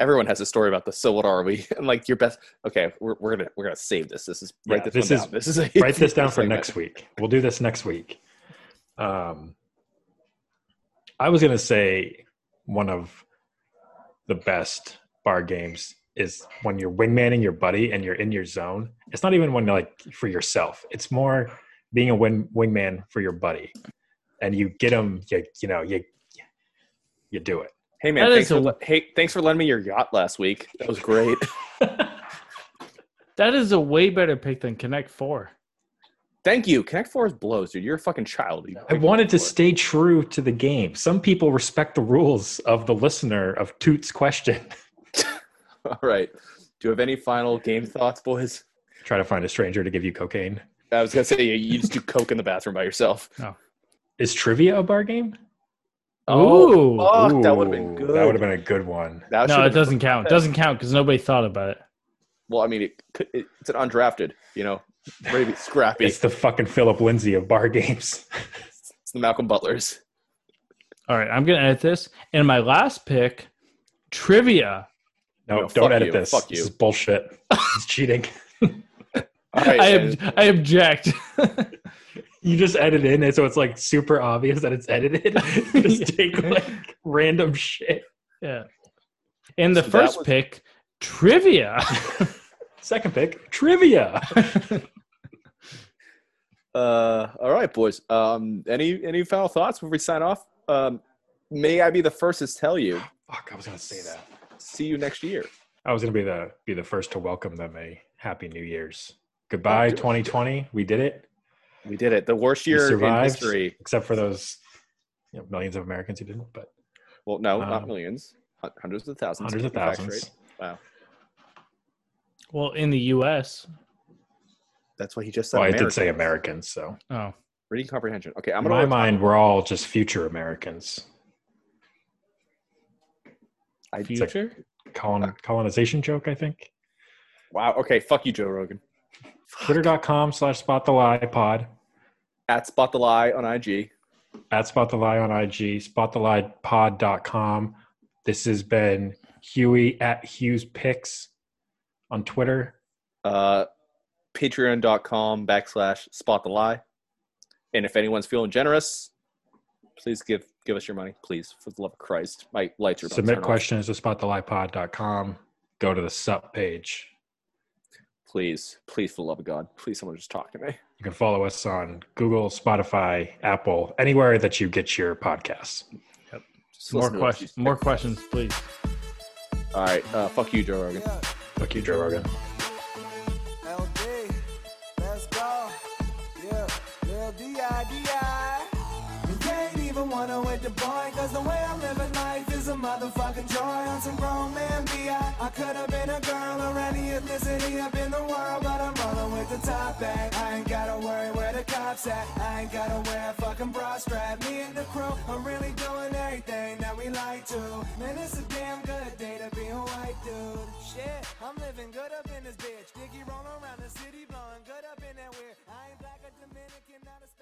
A: Everyone has a story about this. So what are we? And like your best. Okay, we're, we're gonna we're gonna save this. This is write
B: Yeah,
A: this,
B: this
A: one
B: is-
A: down. This is a,
B: write this down for next week. We'll do this next week. Um, I was gonna say one of the best bar games is when you're wingmanning your buddy and you're in your zone. It's not even when you're like for yourself. It's more being a wing wingman for your buddy, and you get him. You, you know you you do it.
A: Hey man,
D: That
A: thanks
D: is
A: for,
D: a-
A: le- hey thanks for lending me your yacht last week. That was great.
D: That is a way better pick than Connect Four.
A: Thank you. Connect Four is blows, dude. You're a fucking child. You
B: I wanted to
A: Four.
B: stay true to the game. Some people respect the rules of the listener of Toot's question.
A: All right. Do you have any final game thoughts, boys?
B: Try to find a stranger to give you cocaine.
A: I was gonna say you, you just do coke in the bathroom by yourself.
B: Is trivia a bar game?
A: Oh,
D: Ooh.
A: fuck, that would have been
B: Ooh,
A: good.
B: That would have been a good one.
A: That
D: no,
A: should've
D: it
A: been-
D: doesn't count. It doesn't count because nobody thought about it.
A: Well, I mean, it, could- it, it's an undrafted. You know, maybe scrappy.
B: It's
A: it's,
B: the fucking Philip Lindsay of bar games.
A: the Malcolm Butlers.
D: All right, I'm gonna edit this. And my last pick, trivia.
B: No,
A: No, fuck
B: don't edit
A: you,
B: this.
A: fuck
B: This
A: you.
B: is bullshit. it's cheating.
A: All right,
D: I
A: and-
D: ob- I object.
B: You just edit in it so it's like super obvious that it's edited. just take like random shit.
D: yeah. And the
A: So that
D: first
A: was-
D: pick, trivia.
B: Second pick, trivia.
A: Uh, all right, boys. Um, any any final thoughts before we sign off? Um, may I be the first to tell you.
B: Fuck, I was gonna say that.
A: See you next year.
B: I was gonna be the be the first to welcome them a happy New Year's. Goodbye,
A: Oh, dude.
B: 2020. We did it,
A: We did it. The worst
B: You
A: year in
B: survived.
A: history.
B: except for those you know, millions of Americans who didn't, but
A: Well, no, not
B: Um,
A: millions. Hun- Hundreds of thousands.
B: hundreds of
A: Fact
B: thousands.
A: rate. Wow.
D: well, in the U.S.
A: That's what he just said.
B: Well, I did say
A: Americans.
B: Americans, so
D: Oh,
A: Reading comprehension. Okay, I'm
B: in my
A: gonna.
B: mind, we're all just future Americans.
A: I,
B: It's like
D: future.
A: Uh,
B: colon, colonization joke, I think.
A: wow. Okay. Fuck you, Joe Rogan.
B: Twitter.com slash spot the lie pod.
A: At spot the lie on IG.
B: at Spot the Lie on IG, spottheliepod.com. This has been Huey at Hughes Picks on Twitter.
A: Uh, Patreon.com backslash spot the lie. And if anyone's feeling generous, please give give us your money, please, for the love of Christ. My lights are about to
B: Submit
A: turn off.
B: questions to spottheliepod.com. Go to the sub page.
A: Please, please, for the love of God, please, someone just talk to me.
B: You can follow us on Google, Spotify, Apple, anywhere that you get your podcasts.
A: Just listen to
D: More
A: us.
D: questions. More questions, please.
A: All right. Uh, fuck you, Joe Rogan.
C: Yeah.
B: Fuck you, Joe Rogan.
C: LD, let's go. Yeah, Lil D-I-D-I. You can't even wanna with the boy, cause the way I'm living life is a motherfucking joy. I'm some grown man B.I. I could've been a girl or any ethnicity up in the world, but I'm rolling with the top back. I ain't gotta worry where the cops at. I ain't gotta wear a fucking bra strap. Me and the crew, I'm really doing everything that we like to. Man, it's a damn good day to be a white dude. Shit, I'm living good up in this bitch. Dicky rolling around the city, blowing good up in that weird. I ain't black or Dominican, not a